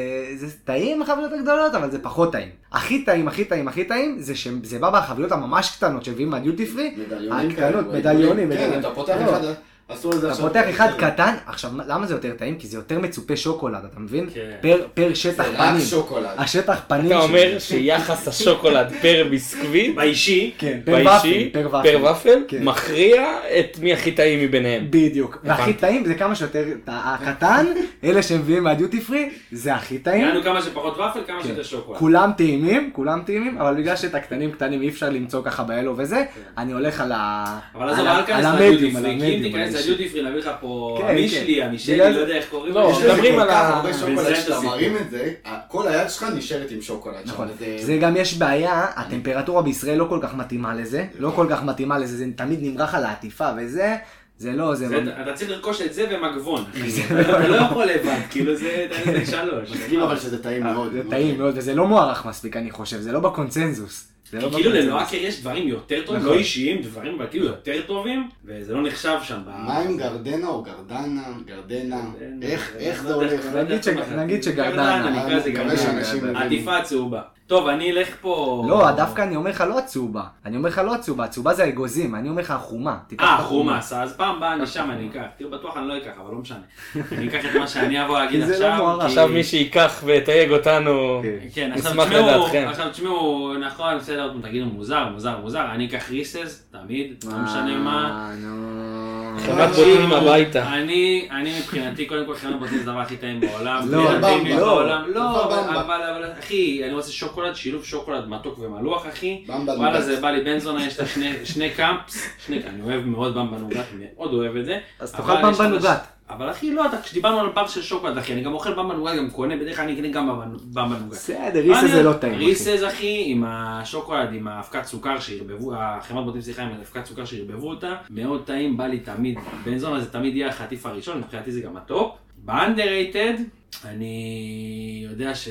Speaker 1: זה טעים החבילות הגדולות, אבל זה פחות טעים. הכי טעים, הכי טעים, הכי טעים, זה שזה בא בחבילות הממש קטנות שמביאים מהדיוטי פרי,
Speaker 4: מדליונים כאלה.
Speaker 1: הקטנות, מדליונים,
Speaker 4: כן,
Speaker 1: מדליונים.
Speaker 4: אתה פותח
Speaker 1: לא.
Speaker 4: אחד, עשו את זה
Speaker 1: אתה
Speaker 4: עכשיו.
Speaker 1: פותח אחד
Speaker 2: כן.
Speaker 1: קטן, עכשיו למה זה יותר טעים? כי זה יותר מצופה שוקולד, אתה מבין?
Speaker 2: כן.
Speaker 1: פר- פר שטח
Speaker 4: זה רק
Speaker 1: פנים.
Speaker 4: שוקולד.
Speaker 1: השטח פנים
Speaker 3: אתה
Speaker 1: שלי.
Speaker 3: אומר שיחס השוקולד פר ביסקוויט,
Speaker 2: באישי,
Speaker 1: כן, פר
Speaker 3: באישי,
Speaker 1: ופל, פר
Speaker 3: פר
Speaker 1: ופל.
Speaker 3: ופל,
Speaker 1: כן.
Speaker 3: מכריע את מי הכי טעים מביניהם.
Speaker 1: בדיוק. והכי
Speaker 3: הבנתי.
Speaker 1: טעים זה כמה שיותר, את הקטן, אלה שמביאים מהדיוטי פרי, זה הכי טעים.
Speaker 2: יענו כמה שפחות ופל, כמה
Speaker 1: כן.
Speaker 2: שיותר שוקולד.
Speaker 1: כולם טעימים, כולם טעימים, אבל בגלל שאת הקטנים קטנים אי אפשר למצוא ככה באלו וזה, אני הולך על ה...
Speaker 2: כן. אבל אז
Speaker 1: על
Speaker 2: אבל
Speaker 1: ה-
Speaker 2: אל תיכנס
Speaker 1: על
Speaker 2: לדיוטי
Speaker 1: המדיום, על
Speaker 2: פרי, כי אם
Speaker 1: המדיום, על
Speaker 2: תיכנס
Speaker 1: האישי.
Speaker 2: לדיוטי פרי, להביא לך פה
Speaker 1: כן,
Speaker 2: המישלי,
Speaker 1: כן.
Speaker 2: המישלי,
Speaker 1: בגלל
Speaker 2: לא
Speaker 1: זה-
Speaker 2: יודע איך קוראים
Speaker 3: לא,
Speaker 2: לזה.
Speaker 4: יש לזה
Speaker 3: מדברים
Speaker 4: כל
Speaker 3: על
Speaker 4: כך
Speaker 3: ה-
Speaker 1: אה,
Speaker 4: הרבה
Speaker 2: בזה
Speaker 4: שוקולד
Speaker 2: אתה
Speaker 4: שאתה
Speaker 2: סיפור.
Speaker 4: מרים את זה, כל היד שלך נשארת עם שוקולד.
Speaker 1: נכון.
Speaker 4: שם, זה-
Speaker 1: זה גם יש בעיה, הטמפרטורה בישראל לא כל כך מתאימה לזה, לא כל כך מתאימה לזה, זה תמיד נמרח על העטיפה וזה, זה לא, זה...
Speaker 2: זה-
Speaker 1: לא-
Speaker 2: אתה צריך לרכוש את זה ומגבון, אחי. אתה לא יכול לבד, כאילו זה אתה יודע, שלוש.
Speaker 4: מסכים אבל שזה טעים מאוד.
Speaker 1: אה, זה טעים מאוד, וזה לא מוערך מספיק אני חושב, זה לא בקונצנזוס. זה לא
Speaker 2: כי כאילו
Speaker 1: בקונצנזוס.
Speaker 2: ללואקר יש דברים יותר טובים,
Speaker 1: נכון.
Speaker 2: לא אישיים, דברים אבל כאילו יותר טובים, וזה לא נחשב שם. ב-
Speaker 4: מה עם גרדנה או גרדנה? גרדנה?
Speaker 2: גרדנה,
Speaker 4: איך- איך
Speaker 2: גרדנה,
Speaker 4: זה הולך?
Speaker 2: גרדנה.
Speaker 1: נגיד שג-
Speaker 2: לא
Speaker 1: נגיד
Speaker 2: גרדנה,
Speaker 1: שגרדנה.
Speaker 2: נקרא לזה
Speaker 4: אני מקווה
Speaker 2: גרדנה.
Speaker 4: שאנשים מבינים.
Speaker 2: עטיפה צהובה. טוב, אני אלך פה...
Speaker 1: לא, דווקא אני אומר לך לא הצהובה. אני אומר לך לא הצהובה, הצהובה זה האגוזים, אני אומר לך החומה. תיקח את
Speaker 2: אה, חומאס, אז פעם באה אני שם אני אקח. תראו, בטוח אני לא אקח, אבל לא משנה. אני אקח את מה שאני אבוא להגיד
Speaker 1: כי זה לא
Speaker 2: עכשיו.
Speaker 1: מוערך.
Speaker 2: כי-
Speaker 3: עכשיו מי שייקח ויתייג אותנו,
Speaker 1: כן.
Speaker 2: כן, עכשיו
Speaker 3: נשמח
Speaker 2: תשמעו,
Speaker 3: לדעתכם.
Speaker 2: עכשיו תשמעו, נכון, בסדר, אתם תגידו מוזר, מוזר, מוזר, אני אקח ריסס, תמיד, לא משנה מה.
Speaker 1: אה, נו.
Speaker 3: חברת
Speaker 2: אה,
Speaker 3: בוטנים הביתה.
Speaker 2: אני, אני מבחינתי, קודם כל חנות בוטנים זה הדבר הכי טעים בעולם.
Speaker 1: לא,
Speaker 2: הכי טעים
Speaker 4: במבה,
Speaker 1: לא.
Speaker 2: בעולם. לא, אבל,
Speaker 4: במבה.
Speaker 2: אבל, אבל, אחי, אני רוצה שוקולד, שילוב שוקולד מתוק ומלוח, אחי.
Speaker 4: במבה
Speaker 2: וואלה,
Speaker 4: נוגת.
Speaker 2: זה בא לי בן זונה, יש לה שני, שני קאמפס, שני, אני אוהב מאוד במבה נוגת, אני מאוד אוהב את זה.
Speaker 1: אז
Speaker 2: אבל
Speaker 1: תאכל במבה
Speaker 2: יש לה-
Speaker 1: נוגת.
Speaker 2: אבל אחי, לא, אתה- כשדיברנו על בר של שוקולד, אחי, אני גם אוכל במבה נוגת, גם קונה, בדרך כלל אני אקנה גם במבה- במבה נוגת.
Speaker 1: בסדר, ריסס זה לא טעים. אחי.
Speaker 2: ריסס אחי, עם השוקולד, עם האבקת סוכר שערבבו, החמת בוטים סליחה, עם האבקת סוכר שערבבו אותה, מאוד טעים, בא לי תמיד, בן זונה זה תמיד יהיה החטיף הראשון, מבחינתי זה גם הטופ. באנדררייטד, אני יודע ש...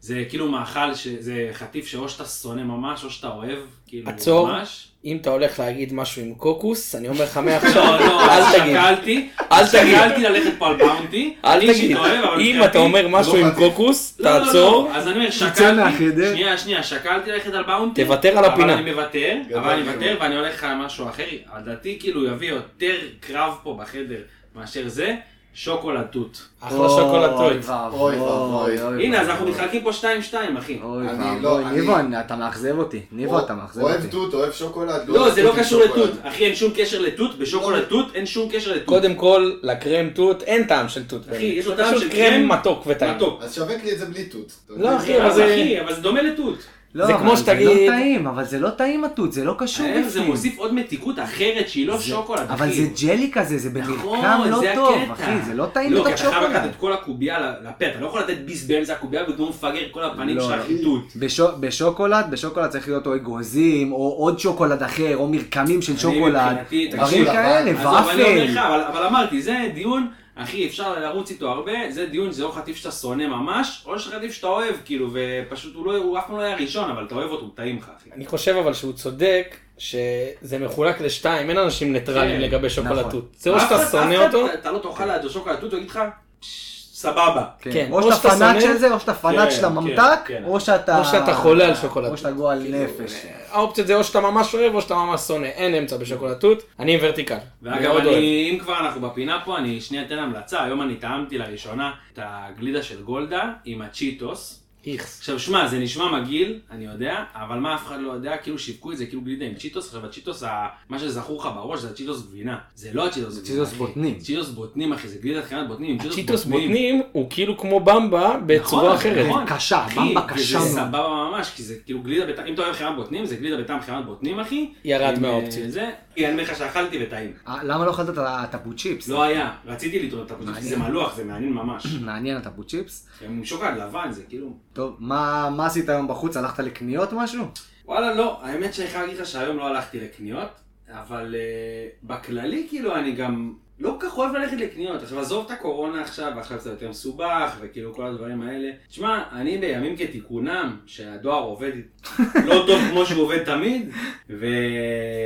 Speaker 2: זה כאילו מאכל, ש- זה חטיף שאו שאתה שונא ממש, או שאתה אוהב, כאילו,
Speaker 3: עצור.
Speaker 2: ממש.
Speaker 3: אם אתה הולך להגיד משהו עם קוקוס, אני אומר לך מעכשיו,
Speaker 2: לא, לא,
Speaker 3: אל
Speaker 2: אז
Speaker 3: תגיד.
Speaker 2: שקלתי,
Speaker 3: אל תגיד.
Speaker 2: שקלתי ללכת פה על באונטי, אני
Speaker 3: אל
Speaker 2: אישית
Speaker 3: תגיד,
Speaker 2: אוהב, אבל
Speaker 3: אם
Speaker 2: מבחינתי-
Speaker 3: אתה אומר משהו עם קוקוס,
Speaker 2: לא, לא, לא.
Speaker 3: תעצור,
Speaker 2: אז אני אומר,
Speaker 1: תצא
Speaker 2: שקלתי,
Speaker 1: מהחדר.
Speaker 2: שנייה, שנייה, שקלתי ללכת על באונטי.
Speaker 3: תוותר על
Speaker 2: אבל
Speaker 3: הפינה.
Speaker 2: אני מוותר,
Speaker 4: גדול
Speaker 2: אבל אני
Speaker 4: מאוד.
Speaker 2: מוותר ואני הולך על משהו אחר. לדעתי כאילו יביא יותר קרב פה בחדר מאשר זה, שוקולד תות.
Speaker 3: אחלה שוקולטות.
Speaker 1: אוי
Speaker 4: אוי
Speaker 1: ואבוי.
Speaker 4: ואבוי.
Speaker 2: הנה, אז
Speaker 1: ואבוי.
Speaker 2: אנחנו מתחלקים פה 2-2, אחי.
Speaker 1: אוי
Speaker 4: אני
Speaker 1: ואבוי.
Speaker 4: לא, אני-
Speaker 1: ניבו, אני- אתה מאכזב אותי. ניבו, אתה מאכזב
Speaker 4: אוהב
Speaker 1: אותי.
Speaker 4: תות, אוהב שוקולד.
Speaker 2: לא,
Speaker 4: אוהב
Speaker 2: זה לא
Speaker 4: תות עם
Speaker 2: קשור
Speaker 4: שוקולד.
Speaker 2: לתות. אחי, אין שום קשר לתות, בשוקולד תות אין שום קשר לתות.
Speaker 3: קודם כל, לקרם תות, אין טעם של תות.
Speaker 2: אחי,
Speaker 3: באמת.
Speaker 2: יש לו
Speaker 3: זה
Speaker 2: טעם
Speaker 3: פשוט
Speaker 2: של
Speaker 3: קרם
Speaker 2: קרם
Speaker 3: מתוק וטעים.
Speaker 2: מתוק.
Speaker 4: אז שווק לי את זה בלי תות.
Speaker 3: לא, אחי, אבל
Speaker 2: אז
Speaker 3: זה-
Speaker 2: אחי, אבל זה דומה לתות.
Speaker 1: לא,
Speaker 3: זה
Speaker 1: אבל
Speaker 3: כמו
Speaker 1: זה
Speaker 3: שתגיד-
Speaker 1: לא טעים, אבל זה לא טעים התות, זה לא קשור
Speaker 2: ההפך, אה, זה
Speaker 1: בפנים.
Speaker 2: מוסיף עוד מתיקות אחרת שהיא לא שוקולד, אחי.
Speaker 1: אבל זה ג'לי כזה, זה במרקם
Speaker 2: נכון,
Speaker 1: לא
Speaker 2: זה
Speaker 1: טוב,
Speaker 2: הקטע.
Speaker 1: אחי, זה לא טעים
Speaker 2: לא, כי
Speaker 1: בתוך
Speaker 2: אתה חייב לקחת
Speaker 1: שוקולד.
Speaker 2: את כל הקובייה ל- לפה, אתה לא יכול לתת ביס באמצע הקובייה וכמו מפגר כל הפנים
Speaker 1: לא,
Speaker 2: שלך
Speaker 1: לא.
Speaker 2: חיטוט.
Speaker 1: בשו- בשוקולד, בשוקולד צריך להיות או אגוזים, או עוד שוקולד אחר, או מרקמים של שוקולד,
Speaker 2: מבחינתי,
Speaker 1: דברים
Speaker 2: תקשיב,
Speaker 1: כאלה,
Speaker 2: עזוב, אני אומר לך,
Speaker 1: ופל.
Speaker 2: אבל- אבל אמרתי, זה דיון, אחי, אפשר לרוץ איתו הרבה, זה דיון, זה או חטיף שאתה שונא ממש, או חטיף שאתה אוהב, כאילו, ופשוט הוא לא- הוא אף פעם לא היה ראשון, אבל אתה אוהב אותו, הוא טעים לך, אחי.
Speaker 3: אני חושב אבל שהוא צודק, שזה מחולק לשתיים, אין אנשים ניטרלים
Speaker 2: כן,
Speaker 3: לגבי
Speaker 1: נכון.
Speaker 3: שוקולטות. זה או
Speaker 2: אף אחד-
Speaker 3: שאתה
Speaker 2: אף
Speaker 3: שונא
Speaker 2: אחד-
Speaker 3: אותו,
Speaker 2: אתה לא תאכל לידו שוקולטות, הוא יגיד לך, "פש, סבבה.
Speaker 3: כן,
Speaker 1: או שאתה פנאט של זה, או שאתה פנאט
Speaker 2: כן,
Speaker 1: של הממתק,
Speaker 2: כן, כאילו, אה, כן.
Speaker 1: או שאתה...
Speaker 3: או שאתה חולה על שוקולד.
Speaker 1: או שאתה גועל נפש.
Speaker 3: האופציות זה או שאתה ממש אוהב או שאתה ממש שונא, אין אמצע בשוקולטות, אני עם ורטיקל.
Speaker 2: ואגב,
Speaker 3: מאוד אוהב.
Speaker 2: אני, אם כבר אנחנו בפינה פה, אני שנייה אתן המלצה. היום אני טעמתי לראשונה את הגלידה של גולדה עם הצ'יטוס.
Speaker 3: איכס.
Speaker 2: עכשיו שמע, זה נשמע מגעיל, אני יודע, אבל מה אף אחד לא יודע, כאילו שיווקו את זה כאילו גלידה עם צ'יטוס, עכשיו הצ'יטוס, ה- מה שזכור לך בראש זה הצ'יטוס גבינה, זה לא הצ'יטוס גבינה.
Speaker 1: צ'יטוס
Speaker 2: אחי.
Speaker 1: בוטנים.
Speaker 2: צ'יטוס בוטנים אחי, זה גלידת חיינת בוטנים עם צ'יטוס
Speaker 3: צ'יטוס
Speaker 2: בוטנים.
Speaker 3: בוטנים הוא כאילו כמו במבה בצורה
Speaker 2: נכון,
Speaker 3: אחרת.
Speaker 2: נכון.
Speaker 1: קשה,
Speaker 2: אחי,
Speaker 1: במבה
Speaker 2: וזה
Speaker 1: קשה מאוד.
Speaker 2: סבבה ממש, כי זה כאילו גלידה בטעם, אם אתה אוהב חיינת בוטנים, זה גלידה בטעם חיינת בוטנים אחי.
Speaker 3: ירד
Speaker 2: עם, אה,
Speaker 3: מהאופציות.
Speaker 2: זה, כי אני אומר לך שאכלתי וטעים.
Speaker 1: אה, למה לא אכלת את הטאפו צ'יפס?
Speaker 2: לא היה, רציתי לטעות את הפוזיציה, זה מלוח, זה מעניין ממש.
Speaker 1: מעניין הטאפו צ'יפס.
Speaker 2: עם שוקולד לבן זה כאילו...
Speaker 1: טוב, מה מה עשית היום בחוץ? הלכת לקניות משהו?
Speaker 2: וואלה לא, האמת שאני חייב להגיד לך שהיום לא הלכתי לקניות, אבל uh, בכללי כאילו אני גם לא כל כך אוהב ללכת לקניות. עכשיו עזוב את הקורונה עכשיו, ועכשיו זה יותר מסובך, וכאילו כל הדברים האלה. תשמע, אני בימים כתיקונם, שהדואר עובד לא טוב כמו שהוא עובד תמיד,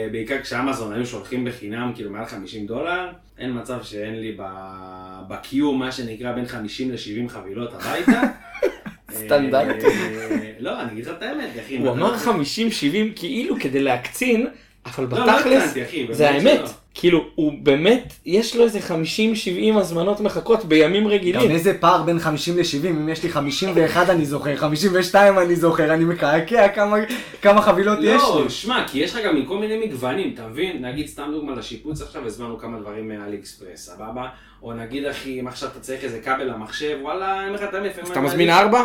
Speaker 2: ובעיקר כשאמזון היו שולחים בחינם כאילו מעל 50 דולר, אין מצב שאין לי ב... בקיום מה שנקרא בין 50 ל-70 חבילות הביתה.
Speaker 3: סטנדרטי.
Speaker 2: אה, לא, אני אגיד לך את האמת, אחי.
Speaker 3: הוא
Speaker 2: אתה-
Speaker 3: אמר 50-70 כאילו כדי להקצין, אבל
Speaker 2: לא, לא
Speaker 3: בתכלס
Speaker 2: הקצנתי, אחי, באמת לא.
Speaker 3: זה האמת.
Speaker 2: שלא.
Speaker 3: כאילו, הוא באמת, יש לו איזה 50-70 הזמנות מחכות בימים
Speaker 1: גם
Speaker 3: רגילים.
Speaker 1: איזה פער בין 50 ל-70, אם יש לי 51 אני זוכר, 52 אני זוכר, אני מקעקע כמה- כמה חבילות יש
Speaker 2: לא,
Speaker 1: לי.
Speaker 2: שמע, כי יש לך גם מכל מיני מגוונים, אתה מבין? נגיד, סתם דוגמא לשיפוץ עכשיו, הזמנו כמה דברים מאלי אקספרס, סבבה? או נגיד, אחי, אם עכשיו אתה צריך איזה כבל למחשב, וואלה, אני אומר לך את האמת.
Speaker 3: אז אתה מזמין ארבע?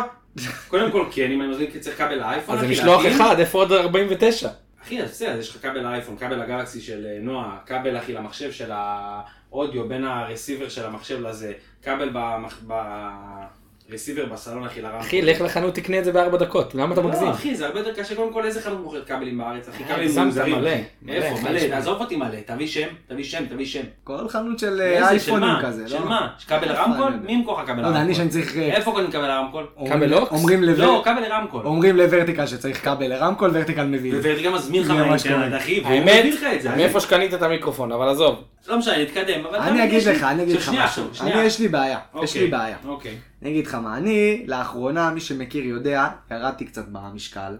Speaker 2: קודם כל, כן, אם אני מזמין, כי צריך כבל לאייפון.
Speaker 3: אז זה
Speaker 2: אחי,
Speaker 3: משלוח
Speaker 2: להתאים.
Speaker 3: אחד, איפה עוד 49?
Speaker 2: אחי, אז בסדר, יש לך כבל לאייפון, כבל לגלקסי של אה, נועה, כבל, אחי, למחשב של האודיו, בין הרסיבר של המחשב לזה, כבל במח- ברסיבר בסלון, אחי, לרמקול.
Speaker 3: אחי, לך לחנות, תקנה את זה בארבע דקות, למה אתה מגזים?
Speaker 2: לא, אחי, זה הרבה יותר קשה, קודם כל איזה חנות מוכרת כבלים בארץ, אחי, כבלים
Speaker 3: הגזמת,
Speaker 2: מוזרים.
Speaker 3: מלא, מלא,
Speaker 2: איפה,
Speaker 3: חד
Speaker 2: מלא,
Speaker 3: משמעית.
Speaker 2: תעזוב אותי מלא, תביא שם, תביא שם, תביא שם.
Speaker 1: כל חנות של
Speaker 2: איזה,
Speaker 1: אה,
Speaker 2: של
Speaker 1: אייפונים
Speaker 2: מה?
Speaker 1: כזה, לא?
Speaker 2: של מה? של כבל
Speaker 1: איפה
Speaker 2: רמקול?
Speaker 1: אני יודע?
Speaker 2: מי ימכור לך כבל
Speaker 1: לא יודע, אני
Speaker 2: רמקול?
Speaker 1: שאני צריך... אה,
Speaker 2: איפה קונים כבל רמקול?
Speaker 1: אומרים-
Speaker 3: כבל אוקס?
Speaker 1: אומרים לב-
Speaker 2: לא, כבל רמקול.
Speaker 1: אומרים לוורטיקל שצריך כבל לרמקול, וורטיקל מביא.
Speaker 2: וורטיקל מזמין לך
Speaker 1: זה אוקיי. ממש
Speaker 2: מהאינטרנט,
Speaker 1: קורה.
Speaker 2: אחי, והוא
Speaker 3: האמת,
Speaker 2: מביא לך את זה. אחי.
Speaker 3: מאיפה שקנית את המיקרופון, אבל עזוב.
Speaker 2: לא משנה, נתקדם. אבל
Speaker 1: אני
Speaker 2: תמיד
Speaker 1: אגיד
Speaker 2: יש לי-
Speaker 1: לך, אני אגיד לך
Speaker 2: שנייה,
Speaker 1: משהו.
Speaker 2: שנייה.
Speaker 1: אני יש לי בעיה, יש
Speaker 2: אוקיי,
Speaker 1: לי בעיה.
Speaker 2: אוקיי.
Speaker 1: אני אגיד לך מה, אני לאחרונה, מי שמכיר יודע, ירדתי קצת במשקל.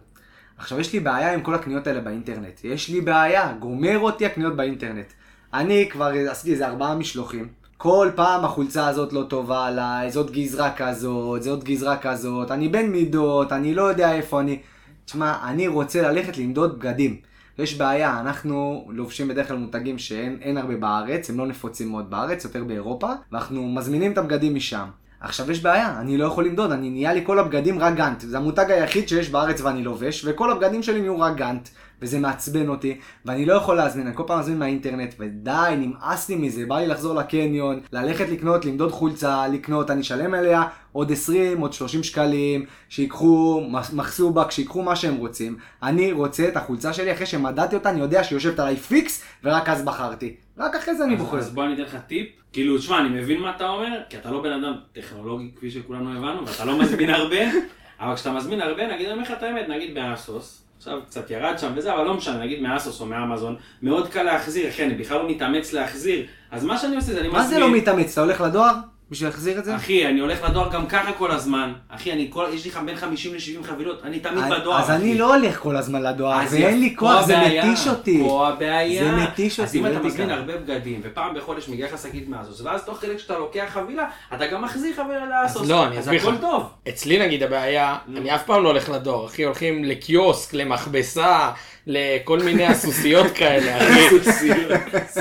Speaker 1: עכשיו, יש לי בעיה עם כל הקניות האלה באינטרנט. יש לי בעיה, גומר אותי הקניות באינטרנט. אני כבר עשיתי איזה ארבעה משלוחים. כל פעם החולצה הזאת לא טובה עליי, זאת גזרה כזאת, זאת גזרה כזאת, אני בן מידות, אני לא יודע איפה אני. תשמע, אני רוצה ללכת למדוד בגדים. יש בעיה, אנחנו לובשים בדרך כלל מותגים שאין אין הרבה בארץ, הם לא נפוצים מאוד בארץ, יותר באירופה, ואנחנו מזמינים את הבגדים משם. עכשיו יש בעיה, אני לא יכול למדוד, אני נהיה לי כל הבגדים רק גאנט. זה המותג היחיד שיש בארץ ואני לובש, וכל הבגדים שלי נהיו רק גאנט, וזה מעצבן אותי, ואני לא יכול להזמין, אני כל פעם מזמין מהאינטרנט, ודי, נמאס לי מזה, בא לי לחזור לקניון, ללכת לקנות, למדוד חולצה, לקנות, אני אשלם עליה עוד 20, עוד 30 שקלים, שיקחו מס- מחסובק, שיקחו מה שהם רוצים. אני רוצה את החולצה שלי, אחרי שמדדתי אותה, אני יודע שהיא יושבת עליי פיקס, ורק אז בחרתי. רק אחרי זה אני
Speaker 2: אז-
Speaker 1: בוחר.
Speaker 2: אז בוא אני אתן לך טיפ. כאילו, תשמע, אני מבין מה אתה אומר, כי אתה לא בן אדם טכנולוגי, כפי שכולנו הבנו, ואתה לא מזמין הרבה, אבל כשאתה מזמין הרבה, נגיד, אני אומר לך את האמת, נגיד באסוס, עכשיו קצת ירד שם וזה, אבל לא משנה, נגיד מאסוס או מאמזון, מאוד קל להחזיר, אחי, אני בכלל לא מתאמץ להחזיר, אז מה שאני עושה זה אני מזמין...
Speaker 1: מה זה לא מתאמץ? אתה הולך לדואר? בשביל להחזיר את זה?
Speaker 2: אחי, אני הולך לדואר גם ככה כל הזמן. אחי, אני כל... יש לי בין 50 ל-70 חבילות, אני תמיד
Speaker 1: אז-
Speaker 2: בדואר.
Speaker 1: אז אני
Speaker 2: אחי.
Speaker 1: לא הולך כל הזמן לדואר,
Speaker 2: אז
Speaker 1: ואין לי
Speaker 2: פה
Speaker 1: כוח, זה
Speaker 2: הבעיה,
Speaker 1: מתיש אותי.
Speaker 2: פה הבעיה.
Speaker 1: זה מתיש
Speaker 2: אז
Speaker 1: אותי,
Speaker 2: אם אתה
Speaker 1: ורטיקל.
Speaker 2: מזמין הרבה בגדים, ופעם בחודש מגיעה לך שקית מהזוס, ואז תוך כדי כשאתה לוקח חבילה, אתה גם מחזיר חבילה לאסוס.
Speaker 3: לא, אני אסביר לך.
Speaker 2: אז הכל טוב.
Speaker 3: אצלי נגיד הבעיה, אני אף פעם לא הולך לדואר, אחי, הולכים לקיוסק, למכבסה, לכל מיני הסוסיות כאלה, אחי. כן.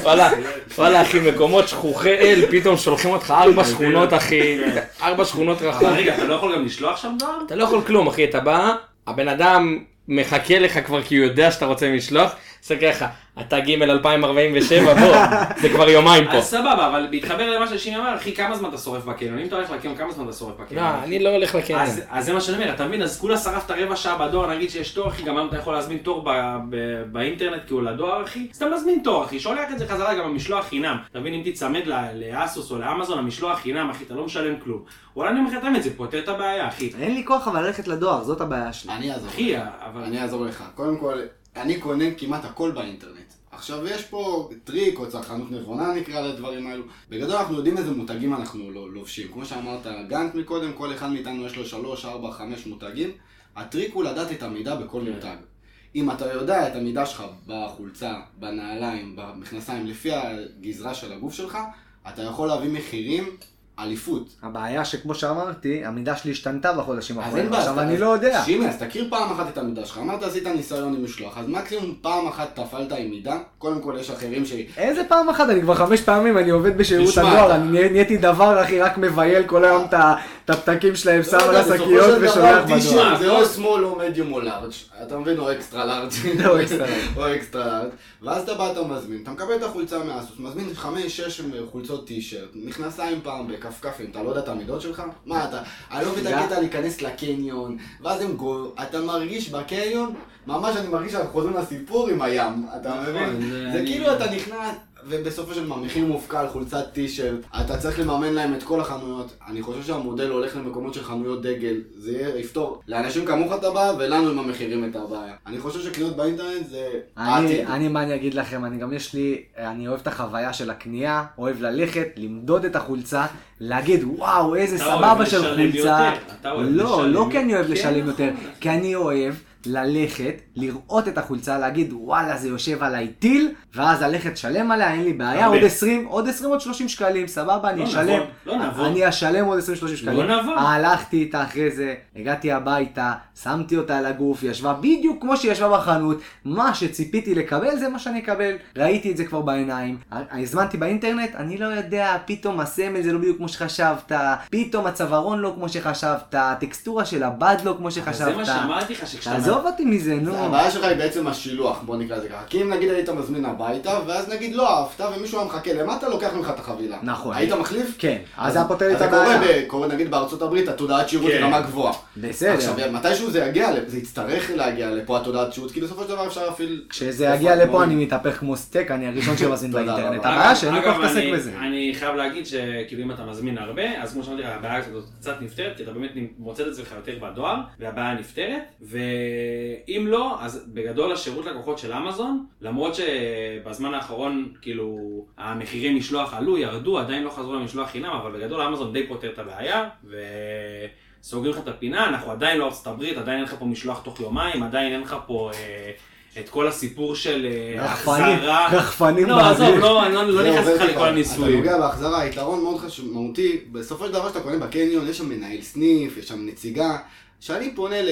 Speaker 3: וואלה, וואלה אחי, מקומות שכוחי אל, פתאום שולחים אותך
Speaker 2: כן.
Speaker 3: ארבע שכונות, אחי, ארבע שכונות רחוק.
Speaker 2: אבל רגע, אתה לא יכול גם לשלוח שם דואר?
Speaker 3: אתה לא יכול כלום, אחי, אתה בא, הבן אדם מחכה לך כבר כי הוא יודע שאתה רוצה משלוח, מסתכל לך, אתה ג' 2047, בוא, זה כבר יומיים פה.
Speaker 2: אז סבבה, אבל בהתחבר למה ששימי אמר, אחי, כמה זמן אתה שורף בקניון? אם אתה הולך לקניון, כמה זמן אתה שורף
Speaker 3: לא,
Speaker 2: בקניון?
Speaker 3: אני לא הולך
Speaker 1: כן.
Speaker 3: לקניון.
Speaker 2: אז, אז זה מה שאני אומר, אתה מבין? אז כולה שרפת רבע שעה בדואר, נגיד שיש תור, אחי, גם היום אתה יכול להזמין תור ב- ב- באינטרנט, כאילו לדואר, אחי, אז אתה מזמין תור, אחי, שולח את זה חזרה גם במשלוח חינם. אתה מבין, אם תיצמד ל- לאסוס או לאמזון, המשלוח חינם, אחי, אתה לא משלם כלום. וואלה, אני אומר לך את האמת, זה פותר את הבעיה, אחי.
Speaker 1: אין לי כוח אבל ללכת לדואר, זאת הבעיה שלי.
Speaker 4: אני אעזור.
Speaker 2: אחי, אבל...
Speaker 4: אני אעזור לך. קודם כל, אני קונה כמעט הכל באינטרנט. עכשיו יש פה טריק או צרכנות נבונה נקרא לדברים האלו. בגדול אנחנו יודעים איזה מותגים אנחנו לא- לובשים. כמו שאמרת גנט מקודם, כל אחד מאיתנו יש לו 3, 4, 5 מותגים. הטריק הוא לדעת את המידה בכל
Speaker 2: כן.
Speaker 4: מותג. אם אתה יודע את המידה שלך בחולצה, בנעליים, במכנסיים, לפי הגזרה של הגוף שלך, אתה יכול להביא מחירים אליפות.
Speaker 1: הבעיה שכמו שאמרתי, המידה שלי השתנתה בחודשים
Speaker 4: אז
Speaker 1: האחרונים.
Speaker 4: אין בעיה,
Speaker 1: עכשיו
Speaker 4: אז-
Speaker 1: אני לא יודע.
Speaker 4: שימי, אז תכיר פעם אחת את המידה שלך. אמרת עשית ניסיון עם משלוח, אז מקסימום פעם אחת תפעלת עם מידה. קודם כל יש אחרים ש...
Speaker 1: איזה פעם אחת? אני כבר חמש פעמים, אני עובד בשירות
Speaker 4: תשמע,
Speaker 1: הדואר,
Speaker 4: אתה-
Speaker 1: אני נה- נהייתי דבר, אחי, רק מבייל כל היום את ה- את הפתקים שלהם, שם על
Speaker 4: לא יודע, בסופו
Speaker 1: השקיות
Speaker 4: של דבר,
Speaker 1: ושולח
Speaker 4: תשמע,
Speaker 1: בדואר.
Speaker 4: זה או small או medium או large, אתה מבין, או extra large,
Speaker 1: או extra large.
Speaker 4: או extra large, ואז אתה בא, אתה מזמין, אתה מקבל את החולצה מהסוס, מזמין חמש, שש חולצות טישרט, מכנסיים פעם בכפכפים, אתה לא יודע את המידות שלך? מה אתה, אני לא מבין את
Speaker 1: גם-
Speaker 4: הקטע להיכנס לקניון, ואז הם גו... אתה מרגיש בקניון, ממש אני מרגיש שאנחנו חוזרים לסיפור עם הים, אתה
Speaker 2: נכון,
Speaker 4: מבין?
Speaker 2: זה
Speaker 4: זה
Speaker 2: אני-
Speaker 4: כאילו אתה נכנס, ובסופו של דבר מחיר מופקע על חולצת טישרט, אתה צריך לממן להם את כל החנויות. אני חושב שהמודל הולך למקומות של חנויות דגל, זה יהיה- יפתור לאנשים כמוך את הבעיה ולנו עם המחירים את הבעיה. אני חושב שקניות באינטרנט זה
Speaker 1: אני,
Speaker 4: העתיד.
Speaker 1: אני, מה אני אגיד לכם, אני גם יש לי, אני אוהב את החוויה של הקנייה, אוהב ללכת, למדוד את החולצה, להגיד, וואו, איזה
Speaker 2: אתה אוהב
Speaker 1: סבבה של
Speaker 2: לשלם
Speaker 1: חולצה.
Speaker 2: יותר, אתה אוהב
Speaker 1: לא,
Speaker 2: לשלם
Speaker 1: לא כי אני אוהב
Speaker 2: יותר.
Speaker 1: לשלם
Speaker 2: כן,
Speaker 1: יותר,
Speaker 2: נכון.
Speaker 1: כי אני אוהב ללכת, לראות את החולצה, להגיד, וואלה, זה יושב עליי טיל, ואז ללכת לשלם עליה, אין לי בעיה,
Speaker 2: הרבה.
Speaker 1: עוד 20, עוד 20, עוד 30 שקלים, סבבה, אני
Speaker 2: לא
Speaker 1: אשלם.
Speaker 2: נבון, לא נבון.
Speaker 1: אני אשלם עוד 20-30 שקלים.
Speaker 2: נבון.
Speaker 1: הלכתי איתה אחרי זה, הגעתי הביתה, שמתי אותה על הגוף, היא ישבה בדיוק כמו שהיא ישבה בחנות, מה שציפיתי לקבל זה מה שאני אקבל. ראיתי את זה כבר בעיניים, ה- הזמנתי באינטרנט, אני לא יודע, פתאום הסמל זה לא בדיוק כמו שחשבת, פתאום הצווארון לא כמו שחשבת, הטקסטורה של הבד לא כמו
Speaker 2: אבל זה מה
Speaker 1: שחשבת.
Speaker 2: שאמרתי לך שכשאתה...
Speaker 1: תעזוב אותי מזה, נו.
Speaker 4: הבעיה שלך היא בעצם השילוח, בוא נקרא לזה ככה. כי אם נגיד היית מזמין הביטה, ואז נגיד לא אהבת, ומישהו היה מחכה למטה, לוקח ממך את החבילה.
Speaker 1: נכון.
Speaker 4: היית מחליף?
Speaker 1: כן, אז זה היה פותר לי את
Speaker 4: אז זה
Speaker 1: הבעיה.
Speaker 4: קורה ב- קורה נגיד בארצות הברית, התודעת שירות היא
Speaker 2: כן.
Speaker 4: רמה גבוהה.
Speaker 1: בסדר.
Speaker 4: עכשיו, מתישהו זה יגיע, לפה, זה יצטרך להגיע לפה התודעת שירות, כי בסופו של דבר אפשר להפעיל...
Speaker 1: כשזה
Speaker 4: איפה
Speaker 1: יגיע לפה אני
Speaker 4: המורים?
Speaker 1: מתהפך כמו סטייק, אני הראשון שמזמין
Speaker 4: תודה
Speaker 1: באינטרנט.
Speaker 4: רבה.
Speaker 1: הבעיה לא שאין לי
Speaker 2: אגב,
Speaker 1: כוח להתעסק
Speaker 2: אני-
Speaker 1: בזה.
Speaker 2: אני חייב להגיד שכאילו אם אתה מזמין הרבה, אז כמו שאמרתי, הבעיה הזאת קצת נפתרת, כי אתה באמת מוצא את עצמך יותר בדואר, והבעיה נפתרת, ואם לא, אז בגדול השירות לקוחות של אמזון, למרות שבזמן האחרון, כאילו, המחירי משלוח עלו, ירדו, עדיין לא חזרו למשלוח חינם, אבל בגדול אמזון די פותר את הבעיה, ו... סוגרים לך את הפינה, אנחנו עדיין לא ארצות הברית, עדיין אין לך פה משלוח תוך יומיים, עדיין אין לך פה אה, את כל הסיפור של אה,
Speaker 1: רחפנים,
Speaker 2: החזרה.
Speaker 1: רחפנים
Speaker 2: לא, עזוב,
Speaker 1: באוויר.
Speaker 2: לא, אני לא- לא
Speaker 4: זה
Speaker 2: נכנס
Speaker 4: עובד
Speaker 2: לך
Speaker 4: כבר.
Speaker 2: לכל הניסויים.
Speaker 4: אתה נוגע בהחזרה, היתרון מאוד חשוב, מהותי, בסופו של דבר כשאתה קונה בקניון, יש שם מנהל סניף, יש שם נציגה. כשאני פונה ל-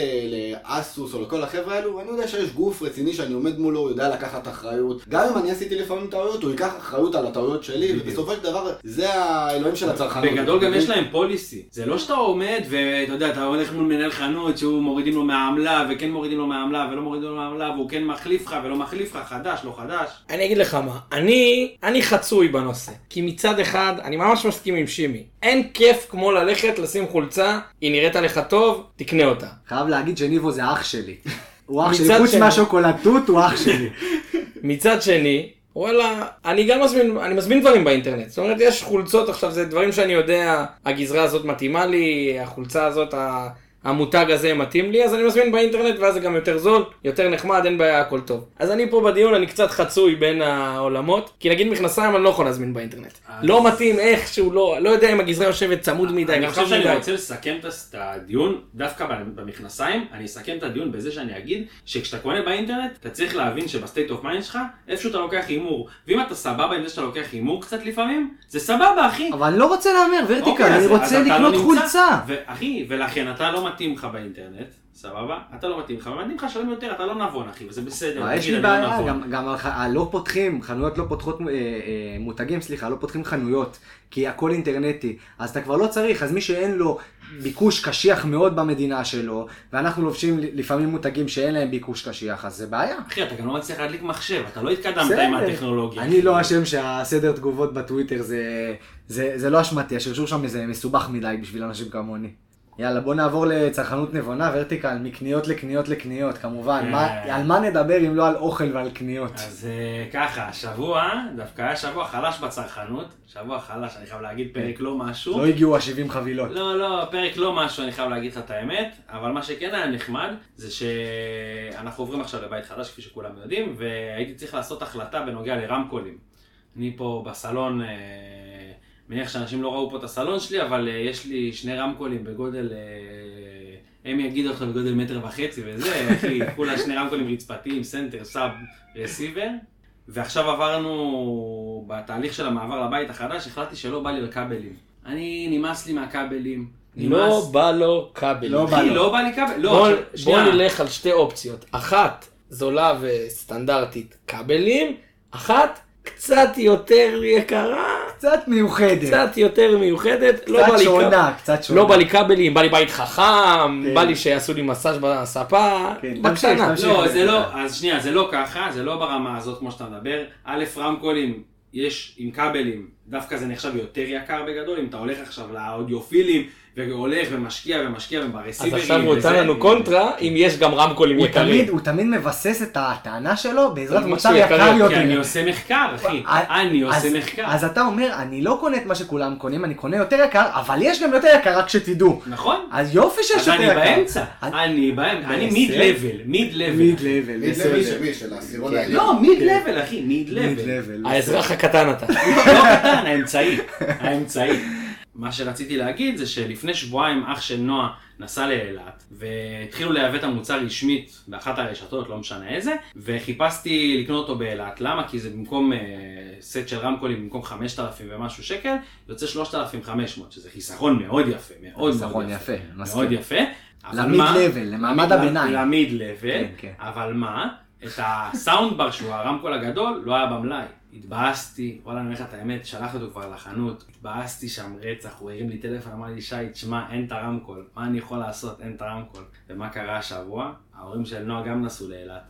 Speaker 4: לאסוס או לכל החבר'ה האלו, אני יודע שיש גוף רציני שאני עומד מולו, הוא יודע לקחת אחריות. גם אם אני עשיתי לפעמים טעויות, הוא ייקח אחריות על הטעויות שלי,
Speaker 2: בדיוק.
Speaker 4: ובסופו של דבר, זה האלוהים של הצרכנות.
Speaker 2: בגדול גם יש להם פוליסי. זה לא שאתה עומד ואתה יודע, אתה הולך מול מנהל חנות שהוא מורידים לו מהעמלה, וכן מורידים לו מהעמלה, ולא מורידים לו מהעמלה, והוא כן מחליף לך ולא מחליף לך, חדש, לא חדש.
Speaker 3: אני אגיד לך מה, אני, אני חצוי בנושא. כי מצד אחד, אני ממש מסכים עם שימי. אין כיף כמו ללכת, לשים חולצה, היא נראית עליך טוב, תקנה אותה.
Speaker 1: חייב להגיד שניבו זה אח שלי. הוא אח
Speaker 3: מצד
Speaker 1: שלי, חוץ
Speaker 3: שני.
Speaker 1: מהשוקולטות הוא אח שלי.
Speaker 3: מצד שני, וואלה, אני גם מזמין, אני מזמין דברים באינטרנט. זאת אומרת, יש חולצות עכשיו, זה דברים שאני יודע, הגזרה הזאת מתאימה לי, החולצה הזאת, ה- המותג הזה מתאים לי, אז אני מזמין באינטרנט, ואז זה גם יותר זול, יותר נחמד, אין בעיה, הכל טוב. אז אני פה בדיון, אני קצת חצוי בין העולמות, כי נגיד מכנסיים אני לא יכול להזמין באינטרנט.
Speaker 2: אה, אז- אה,
Speaker 3: לא מתאים איכשהו, לא, לא יודע אם הגזרה יושבת צמוד מדי,
Speaker 2: אני חושב
Speaker 3: רחב
Speaker 2: שאני
Speaker 3: מדי.
Speaker 2: רוצה לסכם את הס- את הדיון, דווקא ב- במכנסיים, אני אסכם את הדיון בזה שאני אגיד שכשאתה קונה באינטרנט, אתה צריך להבין שבסטייט אוף מיינד שלך, איפשהו אתה לוקח הימור. ואם אתה סבבה עם זה שאתה לוקח הימור קצת לפעמים, זה סבבה, אחי.
Speaker 1: אבל אני לא רוצה להמר, ורטיקל,
Speaker 2: אוקיי,
Speaker 1: אני
Speaker 2: אז- אז
Speaker 1: רוצה
Speaker 2: אתה לא
Speaker 1: לקנות
Speaker 2: נמצא.
Speaker 1: חולצה.
Speaker 2: ו- אחי, ולכן אתה לא מתאים לך באינטרנט, סבבה? אתה לא מתאים לך, ומתאים לך לשלם יותר, אתה לא נבון, אחי, וזה בסדר.
Speaker 1: אבל
Speaker 2: תגיד,
Speaker 1: אה, יש לי
Speaker 2: אני לא
Speaker 1: בעיה,
Speaker 2: נבון.
Speaker 1: גם- גם הח- הלא פותחים, חנויות לא פותחות, אה, אה, מותגים, סליחה, לא פותחים חנויות, כי הכל אינטרנטי. אז אתה כבר לא צריך, אז מי שאין לו ביקוש קשיח מאוד במדינה שלו, ואנחנו לובשים לפעמים מותגים שאין להם ביקוש קשיח, אז זה בעיה.
Speaker 2: אחי, אתה גם לא מצליח להדליק מחשב, אתה לא התקדמת
Speaker 1: בסדר.
Speaker 2: עם הטכנולוגיה.
Speaker 1: אני לא אשם שהסדר תגובות בטוויטר זה- זה זה לא אשמתי, השרשור שם זה מסובך מדי בשביל אנשים כמוני. יאללה, בוא נעבור לצרכנות נבונה, ורטיקל, מקניות לקניות לקניות, כמובן. מה,
Speaker 2: אה.
Speaker 1: על מה נדבר אם לא על אוכל ועל קניות?
Speaker 2: אז אה, ככה, השבוע, דווקא היה שבוע חלש בצרכנות, שבוע חלש, אני חייב להגיד, פרק לא משהו.
Speaker 1: לא הגיעו ה-70 חבילות.
Speaker 2: לא, לא, פרק לא משהו, אני חייב להגיד לך את האמת, אבל מה שכן היה נחמד, זה שאנחנו עוברים עכשיו לבית חדש, כפי שכולם יודעים, והייתי צריך לעשות החלטה בנוגע לרמקולים. אני פה בסלון, אה, מניח שאנשים לא ראו פה את הסלון שלי, אבל אה, יש לי שני רמקולים בגודל, אה, הם יגידו עכשיו בגודל מטר וחצי וזה, אחי, כולה שני רמקולים רצפתיים, סנטר, סאב, רסיבר. ועכשיו עברנו, בתהליך של המעבר לבית החדש, החלטתי שלא בא לי לכבלים. אני, נמאס לי מהכבלים.
Speaker 3: לא
Speaker 2: נמאס-
Speaker 3: בא לו כבל.
Speaker 1: לא בא
Speaker 2: אחי,
Speaker 1: לו.
Speaker 2: לא בא לי כבל. לא,
Speaker 3: בוא,
Speaker 2: עכשיו,
Speaker 3: בוא
Speaker 2: שנייה.
Speaker 3: נלך על שתי אופציות. אחת זולה וסטנדרטית כבלים, אחת קצת יותר יקרה,
Speaker 1: קצת מיוחדת.
Speaker 3: קצת יותר מיוחדת. לא בא
Speaker 1: כן. קצת
Speaker 3: לי
Speaker 1: שונה, קצת
Speaker 3: כבל- לא
Speaker 1: שונה.
Speaker 3: בא לי כבלים, בא לי בית חכם,
Speaker 1: כן.
Speaker 3: בא לי שיעשו לי מסאז' בספה,
Speaker 1: כן, תמשיך,
Speaker 3: בקטנה.
Speaker 1: תמשיך.
Speaker 2: לא, זה לא, אז שנייה, זה לא ככה, זה לא ברמה הזאת כמו שאתה מדבר. א', רמקולים, יש עם כבלים, דווקא זה נחשב יותר יקר בגדול, אם אתה הולך עכשיו לאודיופילים, והולך ומשקיע ומשקיע
Speaker 3: אז
Speaker 2: וברסיברים.
Speaker 3: עכשיו הוא
Speaker 2: וזה-
Speaker 3: נותן לנו קונטרה, אם יש גם רמקולים
Speaker 1: הוא
Speaker 3: יקרים.
Speaker 1: תמיד, הוא תמיד מבסס את הטענה שלו בעזרת
Speaker 3: משהו
Speaker 1: מוצר
Speaker 3: יקר
Speaker 1: יקר
Speaker 3: יותר.
Speaker 2: כי אני
Speaker 1: יותר.
Speaker 2: עושה מחקר, אחי. אני
Speaker 1: אז-
Speaker 2: עושה מחקר.
Speaker 1: אז אתה אומר, אני לא קונה את מה שכולם קונים, אני קונה יותר יקר, אבל יש גם יותר יקר, רק שתדעו.
Speaker 2: נכון?
Speaker 1: אז יופי שיש
Speaker 2: אז
Speaker 1: יותר
Speaker 2: אני
Speaker 1: יקר.
Speaker 2: באמצע.
Speaker 1: אני-
Speaker 2: אני באמצע. אני
Speaker 1: בסדר.
Speaker 2: מיד לבל. מיד
Speaker 1: מיד
Speaker 2: לבל.
Speaker 1: לבל,
Speaker 4: מיד לוי של
Speaker 1: בסדר.
Speaker 4: מי? של העשירון
Speaker 1: כן.
Speaker 4: העליון?
Speaker 2: לא, מיד לבל, אחי. מיד
Speaker 1: מיד
Speaker 2: לבל.
Speaker 1: לבל.
Speaker 3: האזרח הקטן אתה.
Speaker 2: לא קטן, האמצעי, האמצעי. מה שרציתי להגיד זה שלפני שבועיים אח של נועה נסע לאילת והתחילו לייבא את המוצר רשמית באחת הרשתות, לא משנה איזה, וחיפשתי לקנות אותו באילת. למה? כי זה במקום אה, סט של רמקולים, במקום 5,000 ומשהו שקל, יוצא 3,500, שזה חיסכון מאוד יפה, מאוד מאוד
Speaker 1: חיסכון יפה, מסכים.
Speaker 2: מאוד יפה. אבל
Speaker 1: למיד
Speaker 2: מה-
Speaker 1: לבל, למעמד הביניים.
Speaker 2: למיד לבל,
Speaker 1: כן, כן.
Speaker 2: אבל מה, את הסאונד בר שהוא הרמקול הגדול, לא היה במלאי. התבאסתי, וואלה, אני אומר לך את האמת, שלחתי אותו כבר לחנות, התבאסתי שם רצח, הוא הרים לי טלפון, אמר לי, שי, תשמע, אין את הרמקול, מה אני יכול לעשות, אין את הרמקול. ומה קרה השבוע? ההורים של נועה גם נסעו לאילת.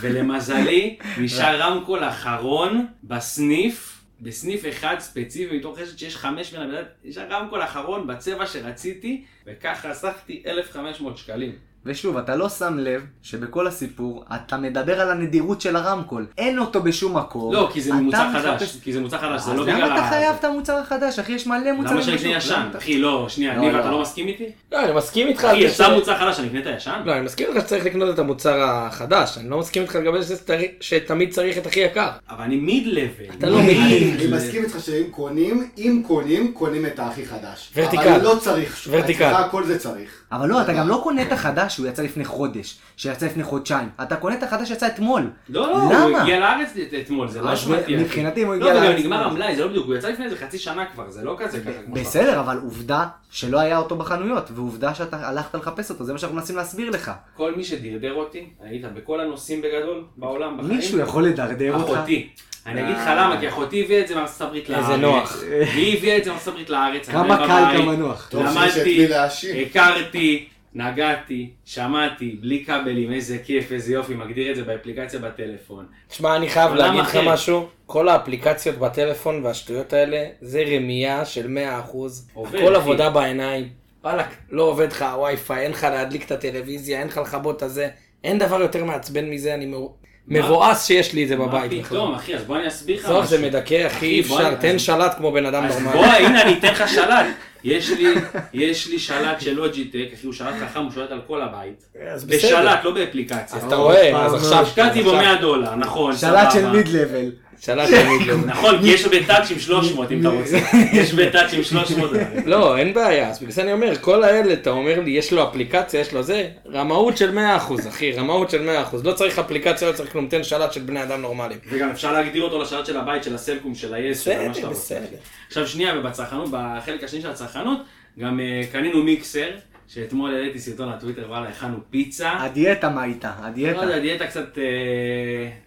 Speaker 2: ולמזלי, נשאר רמקול אחרון בסניף, בסניף אחד ספציפי, מתוך רשת שיש חמש מן הבדלת, נשאר רמקול אחרון בצבע שרציתי, וככה אספתי 1,500 שקלים.
Speaker 1: ושוב, אתה לא שם לב שבכל הסיפור אתה מדבר על הנדירות של הרמקול. אין אותו בשום מקום.
Speaker 2: לא, כי זה
Speaker 1: אתה
Speaker 2: מוצר
Speaker 1: מחפש-
Speaker 2: חדש, כי זה מוצר חדש, זה
Speaker 1: אז
Speaker 2: לא בגלל...
Speaker 1: למה אתה
Speaker 2: ה-
Speaker 1: חייב את המוצר החדש? אחי, יש מלא מוצרים.
Speaker 2: למה שאני אקנה
Speaker 1: בשוק.
Speaker 2: ישן?
Speaker 1: למה אתה-
Speaker 2: אחי, לא, שנייה,
Speaker 1: לא,
Speaker 2: ניב,
Speaker 1: לא.
Speaker 2: אתה לא מסכים איתי?
Speaker 3: לא, אני מסכים איתך. על
Speaker 2: אחי,
Speaker 3: זה ש-
Speaker 2: יצא מוצר חדש, אני אקנה את הישן?
Speaker 3: לא, אני מסכים איתך שצריך לקנות את המוצר החדש, אני לא מסכים איתך לגבי זה שצריך- שתמיד צריך את הכי יקר.
Speaker 2: אבל אני מיד לבל.
Speaker 3: אתה לא מיד.
Speaker 4: אני מסכים איתך שאם קונים, אם קונים, קונים את האחי חדש.
Speaker 3: ורטיקל.
Speaker 4: אבל לא צריך.
Speaker 3: ורטיקל.
Speaker 4: אצלך הכל זה צריך.
Speaker 1: אבל לא, אתה גם לא קונה את החדש שהוא יצא לפני חודש, שיצא לפני חודשיים. אתה קונה את החדש שיצא אתמול.
Speaker 2: לא, לא, הוא
Speaker 1: למה?
Speaker 2: הגיע לארץ את- אתמול, זה לא
Speaker 1: אז
Speaker 2: אשמתי. אחי.
Speaker 1: מבחינתי אם הוא
Speaker 2: לא,
Speaker 1: הגיע
Speaker 2: וגם
Speaker 1: לארץ-
Speaker 2: נגמר המלאי, זה לא בדיוק, הוא יצא לפני איזה חצי שנה כבר, זה לא כזה ככה. כמו שאתה-
Speaker 1: בסדר, אבל עובדה שלא היה אותו בחנויות, ועובדה שאתה הלכת לחפש אותו, זה מה שאנחנו מנסים להסביר לך.
Speaker 2: כל מי שדרדר אותי, אני אגיד לך, בכל הנושאים בגדול, בעולם, בחיים,
Speaker 1: מישהו יכול לדרדר אותך?
Speaker 2: אחותי. אני אגיד לך
Speaker 1: אה.
Speaker 2: למה, כי אחותי הביאה את זה מארצות הברית לארץ.
Speaker 3: איזה נוח.
Speaker 2: היא הביאה את זה מארצות הברית לארץ. אני
Speaker 1: כמה
Speaker 2: בבית.
Speaker 1: קל, כמה נוח.
Speaker 4: טוב שיש את מי להאשים.
Speaker 2: הכרתי, נגעתי, שמעתי, בלי כבלים, איזה כיף, איזה יופי, מגדיר את זה באפליקציה בטלפון.
Speaker 3: תשמע, אני חייב
Speaker 2: עולם
Speaker 3: להגיד לך
Speaker 2: אחר.
Speaker 3: משהו, כל האפליקציות בטלפון והשטויות האלה, זה רמייה של 100%.
Speaker 2: עובד,
Speaker 3: הכל
Speaker 2: אחי.
Speaker 3: עבודה בעיניים. וואלכ, לא עובד לך הווי-פיי, אין לך להדליק את הטלוויזיה, אין לך לכבות את הזה. אין דבר יותר מעצבן מזה, אני מאו-
Speaker 2: מה?
Speaker 3: מבואס שיש לי את זה
Speaker 2: מה
Speaker 3: בבית. נכון.
Speaker 2: פתאום, אחי, אז בוא אני אסביר לך
Speaker 3: בסוף
Speaker 2: משהו.
Speaker 3: זה מדכא, אחי, אי
Speaker 2: בוא,
Speaker 3: אפשר,
Speaker 2: אז-
Speaker 3: תן שלט כמו בן אדם
Speaker 2: אז
Speaker 3: נורמלי.
Speaker 2: בוא, הנה, אני אתן לך שלט. יש לי, יש לי שלט של לוג'יטק, אחי, הוא שלט חכם, הוא שולט על כל הבית.
Speaker 3: אז בסדר.
Speaker 2: בשלט, לא באפליקציה.
Speaker 3: אז אתה רואה,
Speaker 1: אז
Speaker 3: אז עכשיו...
Speaker 2: השקעתי בו
Speaker 3: עכשיו-
Speaker 2: 100 דולר, נכון,
Speaker 1: שלט של
Speaker 2: סבבה.
Speaker 1: מיד לבל.
Speaker 3: שלט של מיליון.
Speaker 2: נכון, כי יש בטאץ' עם 300 אם אתה רוצה. יש בטאץ' עם 300.
Speaker 3: לא, אין בעיה, אז בגלל זה אני אומר, כל האלה, אתה אומר לי, יש לו אפליקציה, יש לו זה, רמאות של 100%, אחי, רמאות של 100%. לא צריך אפליקציה, לא צריך כלום, תן שלט של בני אדם נורמליים.
Speaker 2: וגם אפשר להגדיר אותו לשרת של הבית, של הסלקום, של היס, של מה שאתה
Speaker 3: בסדר,
Speaker 2: רוצה.
Speaker 3: בסדר.
Speaker 2: עכשיו שנייה, ובצרכנות, בחלק השני של הצרכנות, גם אה, קנינו מיקסר, שאתמול העליתי סרטון לטוויטר, וואלה, הכנו פיצה.
Speaker 3: אה,
Speaker 1: הדיאטה מה איתה? הדיאטה.
Speaker 2: לא יודע, דיאטה קצת, אה,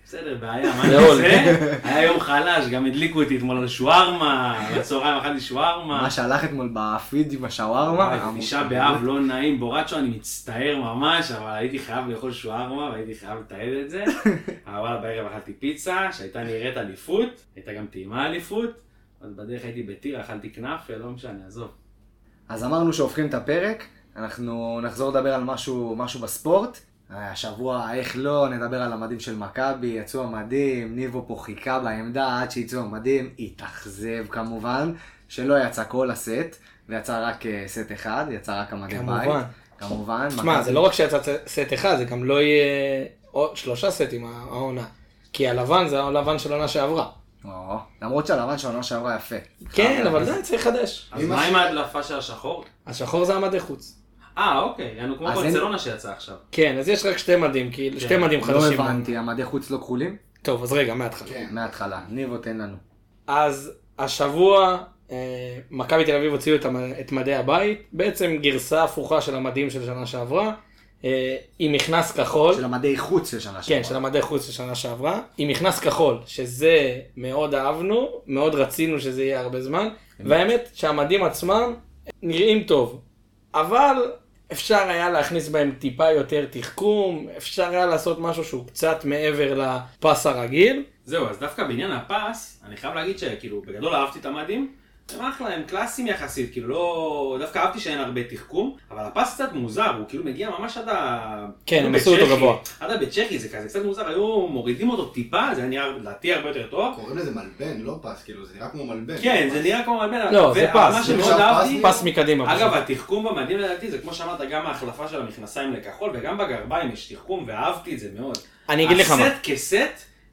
Speaker 2: בסדר, בעיה, מה אני
Speaker 3: לעול.
Speaker 2: עושה? היה יום חלש, גם הדליקו אותי אתמול על שווארמה, בצהריים אכלתי שווארמה.
Speaker 1: מה שהלך אתמול בפיד עם השווארמה.
Speaker 2: וואי, תשעה באב לא נעים, בורצ'ו, אני מצטער ממש, אבל הייתי חייב לאכול שוארמה והייתי חייב לתעד את זה. אבל וואלה, בערב אכלתי פיצה, שהייתה נראית אליפות, הייתה גם טעימה אליפות, אז בדרך הייתי בטירה, אכלתי כנאפה, לא משנה, עזוב.
Speaker 1: אז אמרנו שהופכים את הפרק, אנחנו נחזור לדבר על משהו, משהו בספורט. אה, השבוע, איך לא, נדבר על המדים של מכבי, יצאו המדים, ניבו פה חיכה בעמדה עד שיצאו המדים, התאכזב כמובן, שלא יצא כל הסט, ויצא רק אה, סט אחד, יצא רק המדי בית.
Speaker 3: כמובן.
Speaker 1: כמובן.
Speaker 3: שמע,
Speaker 1: מכבי-
Speaker 3: זה לא רק שיצא סט אחד, זה גם לא יהיה עוד שלושה סטים העונה. כי הלבן זה הלבן של העונה שעברה.
Speaker 1: או, למרות שהלבן של העונה שעברה יפה.
Speaker 3: כן, אבל זה צריך לחדש.
Speaker 2: אז
Speaker 4: אם
Speaker 2: מה
Speaker 4: עשית-
Speaker 2: עם ההדלפה של השחור?
Speaker 3: השחור זה המדי חוץ.
Speaker 2: אה, אוקיי, יענו כמו
Speaker 1: אז אין-
Speaker 2: ברצלונה שיצא עכשיו.
Speaker 3: כן, אז יש רק שתי מדים, כי שתי
Speaker 2: כן,
Speaker 3: מדים
Speaker 1: לא
Speaker 3: חדשים.
Speaker 1: הבנתי, המדי חוץ לא כחולים?
Speaker 3: טוב, אז רגע, מההתחלה.
Speaker 4: כן.
Speaker 1: מההתחלה, ניבו תן לנו.
Speaker 3: אז השבוע אה, מכבי תל אביב הוציאו את, המ- את מדי הבית, בעצם גרסה הפוכה של המדים של שנה שעברה, אה, עם מכנס כחול.
Speaker 1: של המדי חוץ של שנה שעברה.
Speaker 3: כן, של המדי חוץ של שנה שעברה, עם מכנס כחול, שזה מאוד אהבנו, מאוד רצינו שזה יהיה הרבה זמן,
Speaker 1: כן.
Speaker 3: והאמת שהמדים עצמם נראים טוב, אבל אפשר היה להכניס בהם טיפה יותר תחכום, אפשר היה לעשות משהו שהוא קצת מעבר לפס הרגיל,
Speaker 2: זהו, אז דווקא בעניין הפס, אני חייב להגיד שכאילו, בגדול אהבתי את המדים. הם אחלה, הם קלאסיים יחסית, כאילו לא... דווקא אהבתי שאין הרבה תחכום, אבל הפס קצת מוזר, הוא כאילו מגיע ממש עד ה...
Speaker 3: כן, הם
Speaker 2: בצ'כי,
Speaker 3: עשו אותו גבוה.
Speaker 2: עד הבצ'כי זה כזה קצת מוזר, היו מורידים אותו טיפה, זה היה נראה לדעתי הרבה יותר טוב.
Speaker 4: קוראים לזה מלבן, לא פס, כאילו, זה נראה כמו מלבן.
Speaker 2: כן, זה נראה כמו מלבן.
Speaker 3: לא, זה
Speaker 2: ומה
Speaker 3: פס,
Speaker 2: שמאוד
Speaker 4: זה עכשיו
Speaker 2: אהבתי-
Speaker 4: פס,
Speaker 3: פס מקדימה.
Speaker 2: אגב,
Speaker 3: פשוט.
Speaker 2: התחכום במדים לדעתי זה כמו שאמרת, גם ההחלפה של המכנסיים לכחול וגם בגרביים יש תחכום, ואהבתי את זה מאוד.
Speaker 3: אני אגיד לך מה.
Speaker 2: הסט כסט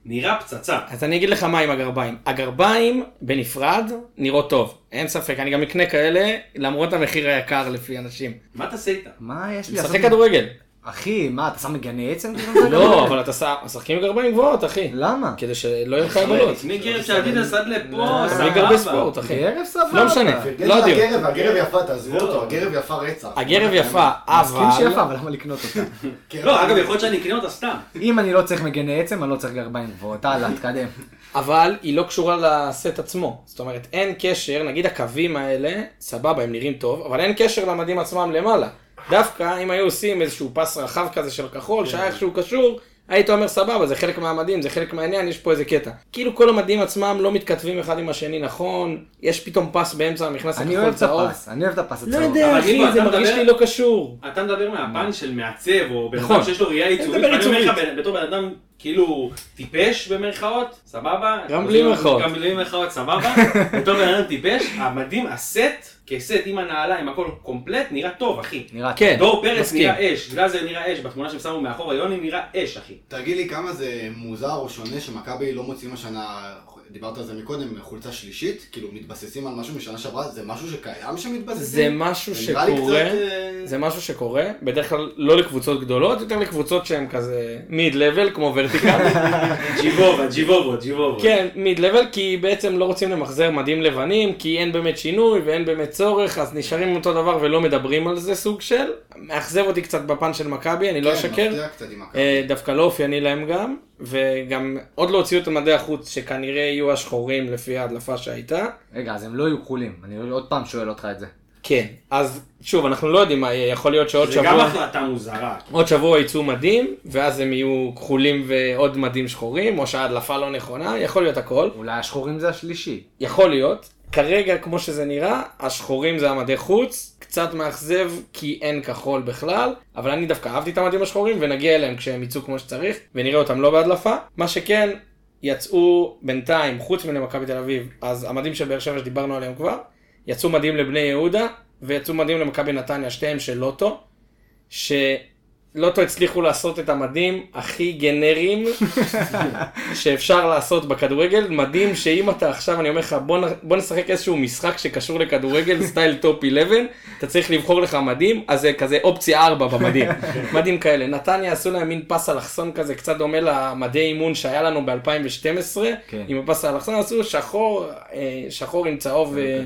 Speaker 2: נראה פצצה.
Speaker 3: אז אני אגיד לך מה עם הגרביים. הגרביים בנפרד נראות טוב, אין ספק, אני גם אקנה כאלה, למרות המחיר היקר לפי אנשים.
Speaker 2: מה תעשה איתה?
Speaker 1: מה יש לי?
Speaker 3: משחק כדורגל.
Speaker 1: אחי, מה, אתה שם מגני עצם? כאילו,
Speaker 3: לא, אבל אתה שם, משחקים עם גרביים גבוהות, אחי.
Speaker 1: למה? כן,
Speaker 3: כדי שלא יהיו לך הגבלות.
Speaker 2: סניקר שאדידס עד לפה,
Speaker 1: לא,
Speaker 3: מספיק הרבה ספורט, אחי.
Speaker 1: ערב סבבה.
Speaker 3: לא משנה,
Speaker 4: פרגן
Speaker 3: לא
Speaker 4: את
Speaker 3: הדיון.
Speaker 4: הגרב, הגרב יפה,
Speaker 2: לא.
Speaker 4: תעזבו אותו, הגרב יפה רצח.
Speaker 3: הגרב יפה,
Speaker 1: מסכים שיפה,
Speaker 3: אבל...
Speaker 1: אה, אבל למה לקנות אותה?
Speaker 4: כן.
Speaker 2: לא, אגב, יכול להיות שאני אקנה אותה סתם.
Speaker 1: אם אני לא צריך מגני עצם, אני לא צריך גרביים גבוהות. הלאה, תקדם.
Speaker 3: אבל היא לא קשורה לסט עצמו. זאת אומרת, אין קשר, נגיד הקווים האלה, סבבה, הם נראים טוב, אבל אין קשר למדים עצמם למעלה. דווקא אם היו עושים איזשהו פס רחב כזה של כחול, שהיה איכשהו קשור, היית אומר סבבה, זה חלק מהמדים, זה חלק מהעניין, יש פה איזה קטע. כאילו כל המדים עצמם לא מתכתבים אחד עם השני נכון, יש פתאום פס באמצע המכנס
Speaker 1: אני
Speaker 3: הכחול
Speaker 1: אוהב את
Speaker 3: צהוב.
Speaker 1: הפס, אני אוהב את הפס
Speaker 3: נכון, לא
Speaker 1: הצהוב.
Speaker 3: יודע,
Speaker 2: אבל
Speaker 3: אחי,
Speaker 2: ניבו,
Speaker 3: זה
Speaker 2: אתה
Speaker 3: מרגיש
Speaker 2: מדבר-
Speaker 3: לי לא קשור.
Speaker 2: אתה מדבר מהפן של מעצב, או בן
Speaker 3: נכון.
Speaker 2: אדם שיש לו ראייה ייצוגית,
Speaker 3: מדבר
Speaker 2: ואני אומר לך,
Speaker 3: ייצוגית.
Speaker 2: בן- בתור בן אדם כאילו טיפש במרכאות, סבבה?
Speaker 3: גם בלי מירכאות.
Speaker 2: גם בלי מירכאות, סבבה? בתור בן אדם טיפש, המדהים, הסט, כסט עם הנעליים, הכל קומפלט, נראה טוב, אחי.
Speaker 1: נראה
Speaker 3: כן.
Speaker 2: דור פרץ
Speaker 3: מסכים.
Speaker 2: נראה אש, גלאזר נראה אש, בתמונה שהם שמו מאחורה, יוני נראה אש, אחי.
Speaker 4: תגיד לי כמה זה מוזר או שונה שמכבי לא מוציאים השנה, דיברת על זה מקודם, חולצה שלישית, כאילו מתבססים על משהו משנה שעברה, זה משהו שקיים
Speaker 3: זה
Speaker 4: שמתבססים?
Speaker 3: משהו
Speaker 4: נראה לי
Speaker 3: שקורה,
Speaker 4: קצת, אה,
Speaker 3: זה משהו שקורה, בדרך כלל לא לקבוצות גדולות, יותר לקבוצות שהן כזה מיד לבל כמו ורטיקל,
Speaker 2: ג'יבובה, ג'יבובה, ג'יבובה.
Speaker 3: כן מיד לבל כי בעצם לא רוצים למחזר מדים לבנים, כי אין באמת שינוי ואין באמת צורך, אז נשארים עם אותו דבר ולא מדברים על זה סוג של, מאכזב אותי קצת בפן של מכבי, אני לא
Speaker 4: כן,
Speaker 3: אשקר,
Speaker 4: מפתיע קצת עם מכבי.
Speaker 3: אה, דווקא לא אופייני להם גם, וגם עוד לא הוציאו את מדעי החוץ שכנראה יהיו השחורים לפי ההדלפה שהייתה.
Speaker 1: רגע, אז הם לא יהיו כחולים. אני עוד פעם שואל אותך את זה.
Speaker 3: כן, אז שוב, אנחנו לא יודעים מה יהיה, יכול להיות שעוד
Speaker 2: זה
Speaker 3: שבוע...
Speaker 2: גם החלטה מוזרה.
Speaker 3: עוד שבוע יצאו מדים, ואז הם יהיו כחולים ועוד מדים שחורים, או שההדלפה לא נכונה, יכול להיות הכל.
Speaker 1: אולי השחורים זה השלישי.
Speaker 3: יכול להיות. כרגע, כמו שזה נראה, השחורים זה המדי חוץ, קצת מאכזב כי אין כחול בכלל, אבל אני דווקא אהבתי את המדים השחורים, ונגיע אליהם כשהם יצאו כמו שצריך, ונראה אותם לא בהדלפה. מה שכן, יצאו בינתיים, חוץ מלמכבי תל אביב, אז המדים של באר שבע שדיברנו עליהם כבר, יצאו מדים לבני יהודה, ויצאו מדים למכבי נתניה, שתיהם של לוטו, שלוטו הצליחו לעשות את המדים הכי גנריים שאפשר לעשות בכדורגל, מדים שאם אתה עכשיו, אני אומר לך, בוא, נ- בוא נשחק איזשהו משחק שקשור לכדורגל, סטייל טופ 11, אתה צריך לבחור לך מדים, אז זה כזה אופציה 4 במדים, מדים כאלה. נתניה עשו להם מין פס אלכסון כזה, קצת דומה למדי אימון שהיה לנו ב-2012,
Speaker 1: כן.
Speaker 3: עם הפס האלכסון עשו שחור, אה, שחור עם צהוב אה,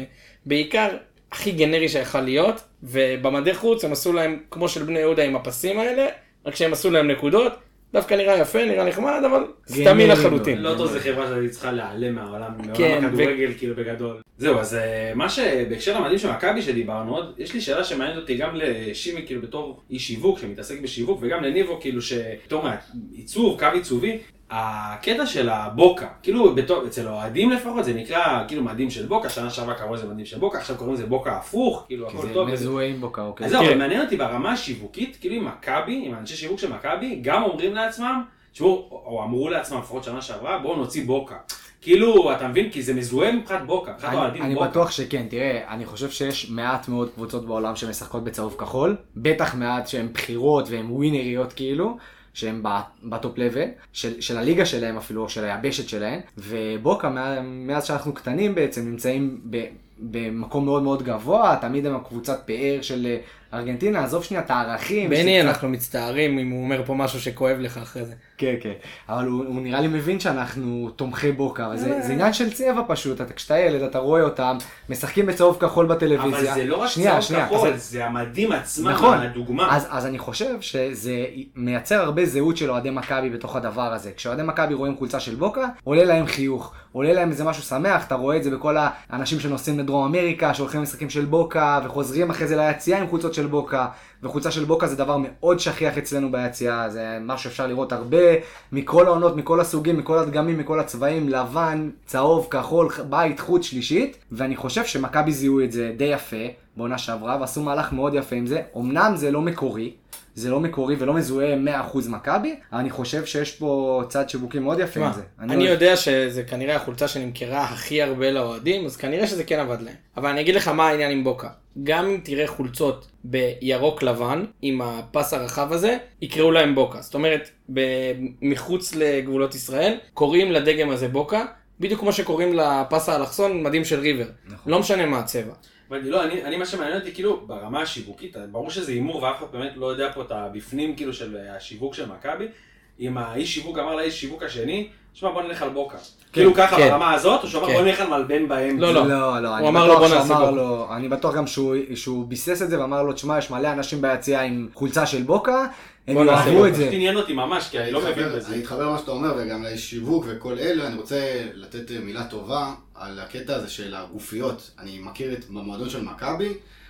Speaker 3: בעיקר. הכי גנרי שיכול להיות, ובמדי חוץ הם עשו להם, כמו של בני יהודה עם הפסים האלה, רק שהם עשו להם נקודות, דווקא נראה יפה, נראה נחמד, אבל סתמי
Speaker 1: גנרי
Speaker 3: לחלוטין.
Speaker 1: מאוד.
Speaker 2: לוטו לא זה חברה שהיא צריכה להיעלם מהעולם,
Speaker 3: כן,
Speaker 2: מעולם הכדורגל כאילו בגדול. זהו, אז אה, מה שבהקשר למדהים של מכבי שדיברנו עוד, יש לי שאלה שמעניינת אותי גם לשימי כאילו בתור איש שיווק שמתעסק בשיווק וגם לניבו כאילו שבתור מה- עיצוב, קו עיצובי. הקטע של הבוקה, כאילו בתור, אצל האוהדים לפחות, זה נקרא כאילו מדים של בוקה, שנה שעברה קראו לזה מדים של בוקה, עכשיו קוראים לזה בוקה הפוך, כאילו
Speaker 1: כי
Speaker 2: הכל
Speaker 1: זה
Speaker 2: טוב. וזה-
Speaker 1: מזוהה עם בוקה, אוקיי.
Speaker 2: אז זהו, אבל
Speaker 3: כן.
Speaker 2: מעניין אותי ברמה השיווקית, כאילו עם מכבי, עם אנשי שיווק של מכבי, גם אומרים לעצמם, תשמעו, או או אמרו לעצמם לפחות שנה שעברה, בואו נוציא בוקה. כאילו, אתה מבין? כי זה מזוהה מבחינת בוקה, מבחינת
Speaker 1: אני,
Speaker 2: אוהדים
Speaker 1: אני
Speaker 2: בוקה.
Speaker 1: בטוח שכן, תראה, אני חושב שיש מעט מאוד קבוצות בעולם שמשחקות בצהוב כחול, בטח מעט שהן בחירות והן ווינריות כאילו, שהן ב- בטופ לבל, של, של הליגה שלהם אפילו, או של היבשת שלהם, ובוקה מה- מאז שאנחנו קטנים בעצם נמצאים ב, במקום מאוד מאוד גבוה, תמיד הם הקבוצת פאר של אה, ארגנטינה, עזוב שנייה את הערכים.
Speaker 3: בני,
Speaker 1: שזה קצת-
Speaker 3: אנחנו מצטערים אם הוא אומר פה משהו שכואב לך אחרי זה.
Speaker 1: כן, כן. אבל הוא, הוא נראה לי מבין שאנחנו תומכי בוקה, אבל זה, זה עניין של צבע פשוט. אתה, כשאתה ילד, אתה רואה אותם, משחקים בצהוב כחול בטלוויזיה.
Speaker 2: אבל זה לא רק
Speaker 1: שנייה,
Speaker 2: צהוב
Speaker 1: שנייה.
Speaker 2: כחול,
Speaker 1: אז-
Speaker 2: זה המדים עצמם,
Speaker 1: נכון.
Speaker 2: הדוגמה.
Speaker 1: אז, אז אני חושב שזה מייצר הרבה זהות של אוהדי מכבי בתוך הדבר הזה. כשאוהדי מכבי רואים חולצה של בוקה, עולה להם חיוך, עולה להם איזה משהו שמח, אתה רואה את זה בכל האנשים שנוסעים לדרום אמריקה, שהולכים למשחקים של בוקה, וחוזרים אחרי זה ליציאה עם חולצות של בוקה, וחולצה של בוקה זה דבר מאוד שכיח אצלנו ביציאה, זה משהו שאפשר לראות הרבה מכל העונות, מכל הסוגים, מכל הדגמים, מכל הצבעים, לבן, צהוב, כחול, ח- בית, חוץ, שלישית, ואני חושב שמכבי זיהו את זה די יפה. בעונה שעברה, ועשו מהלך מאוד יפה עם זה. אמנם זה לא מקורי, זה לא מקורי ולא מזוהה 100% מכבי, אבל אני חושב שיש פה צד שיווקי מאוד יפה עם
Speaker 3: מה,
Speaker 1: זה. לא-
Speaker 3: אני יודע שזה כנראה החולצה שנמכרה הכי הרבה לאוהדים, אז כנראה שזה כן עבד להם. אבל אני אגיד לך מה העניין עם בוקה. גם אם תראה חולצות בירוק לבן, עם הפס הרחב הזה, יקראו להם בוקה. זאת אומרת, ב- מחוץ לגבולות ישראל, קוראים לדגם הזה בוקה, בדיוק כמו שקוראים לפס האלכסון מדים של ריבר.
Speaker 1: נכון.
Speaker 3: לא משנה מה הצבע.
Speaker 2: ואני לא, אני, אני מה שמעניין אותי, כאילו, ברמה השיווקית, ברור שזה הימור ואף אחד באמת לא יודע פה את הבפנים, כאילו, של אה, השיווק של מכבי. אם האיש שיווק אמר לאיש שיווק השני, שמע, בוא נלך על בוקה. כאילו ככה
Speaker 3: כן.
Speaker 2: ברמה הזאת, או שהוא אמר,
Speaker 3: כן.
Speaker 2: בוא נלך על מלבן באמצע.
Speaker 3: לא, לא.
Speaker 1: לא, לא, אני
Speaker 3: אמר לו,
Speaker 1: בטוח
Speaker 3: "בוא נעשה
Speaker 1: שאמר
Speaker 3: בוקה".
Speaker 1: לו, אני בטוח גם שהוא- שהוא ביסס את זה ואמר לו, תשמע, יש מלא אנשים ביציאה עם חולצה של בוקה, הם
Speaker 3: בוא נעשה
Speaker 1: יאהבו
Speaker 3: בוקה".
Speaker 1: את זה.
Speaker 2: פשוט לא, עניין אותי ממש, כי אני לא מבין
Speaker 4: אתחבר-
Speaker 2: בזה.
Speaker 4: אני אתחבר למה שאתה אומר, וגם לשיווק וכל אלה, אני רוצה לתת אה, מילה טובה על הקטע הזה של הגופיות. אני מכיר את במועדון של מכבי,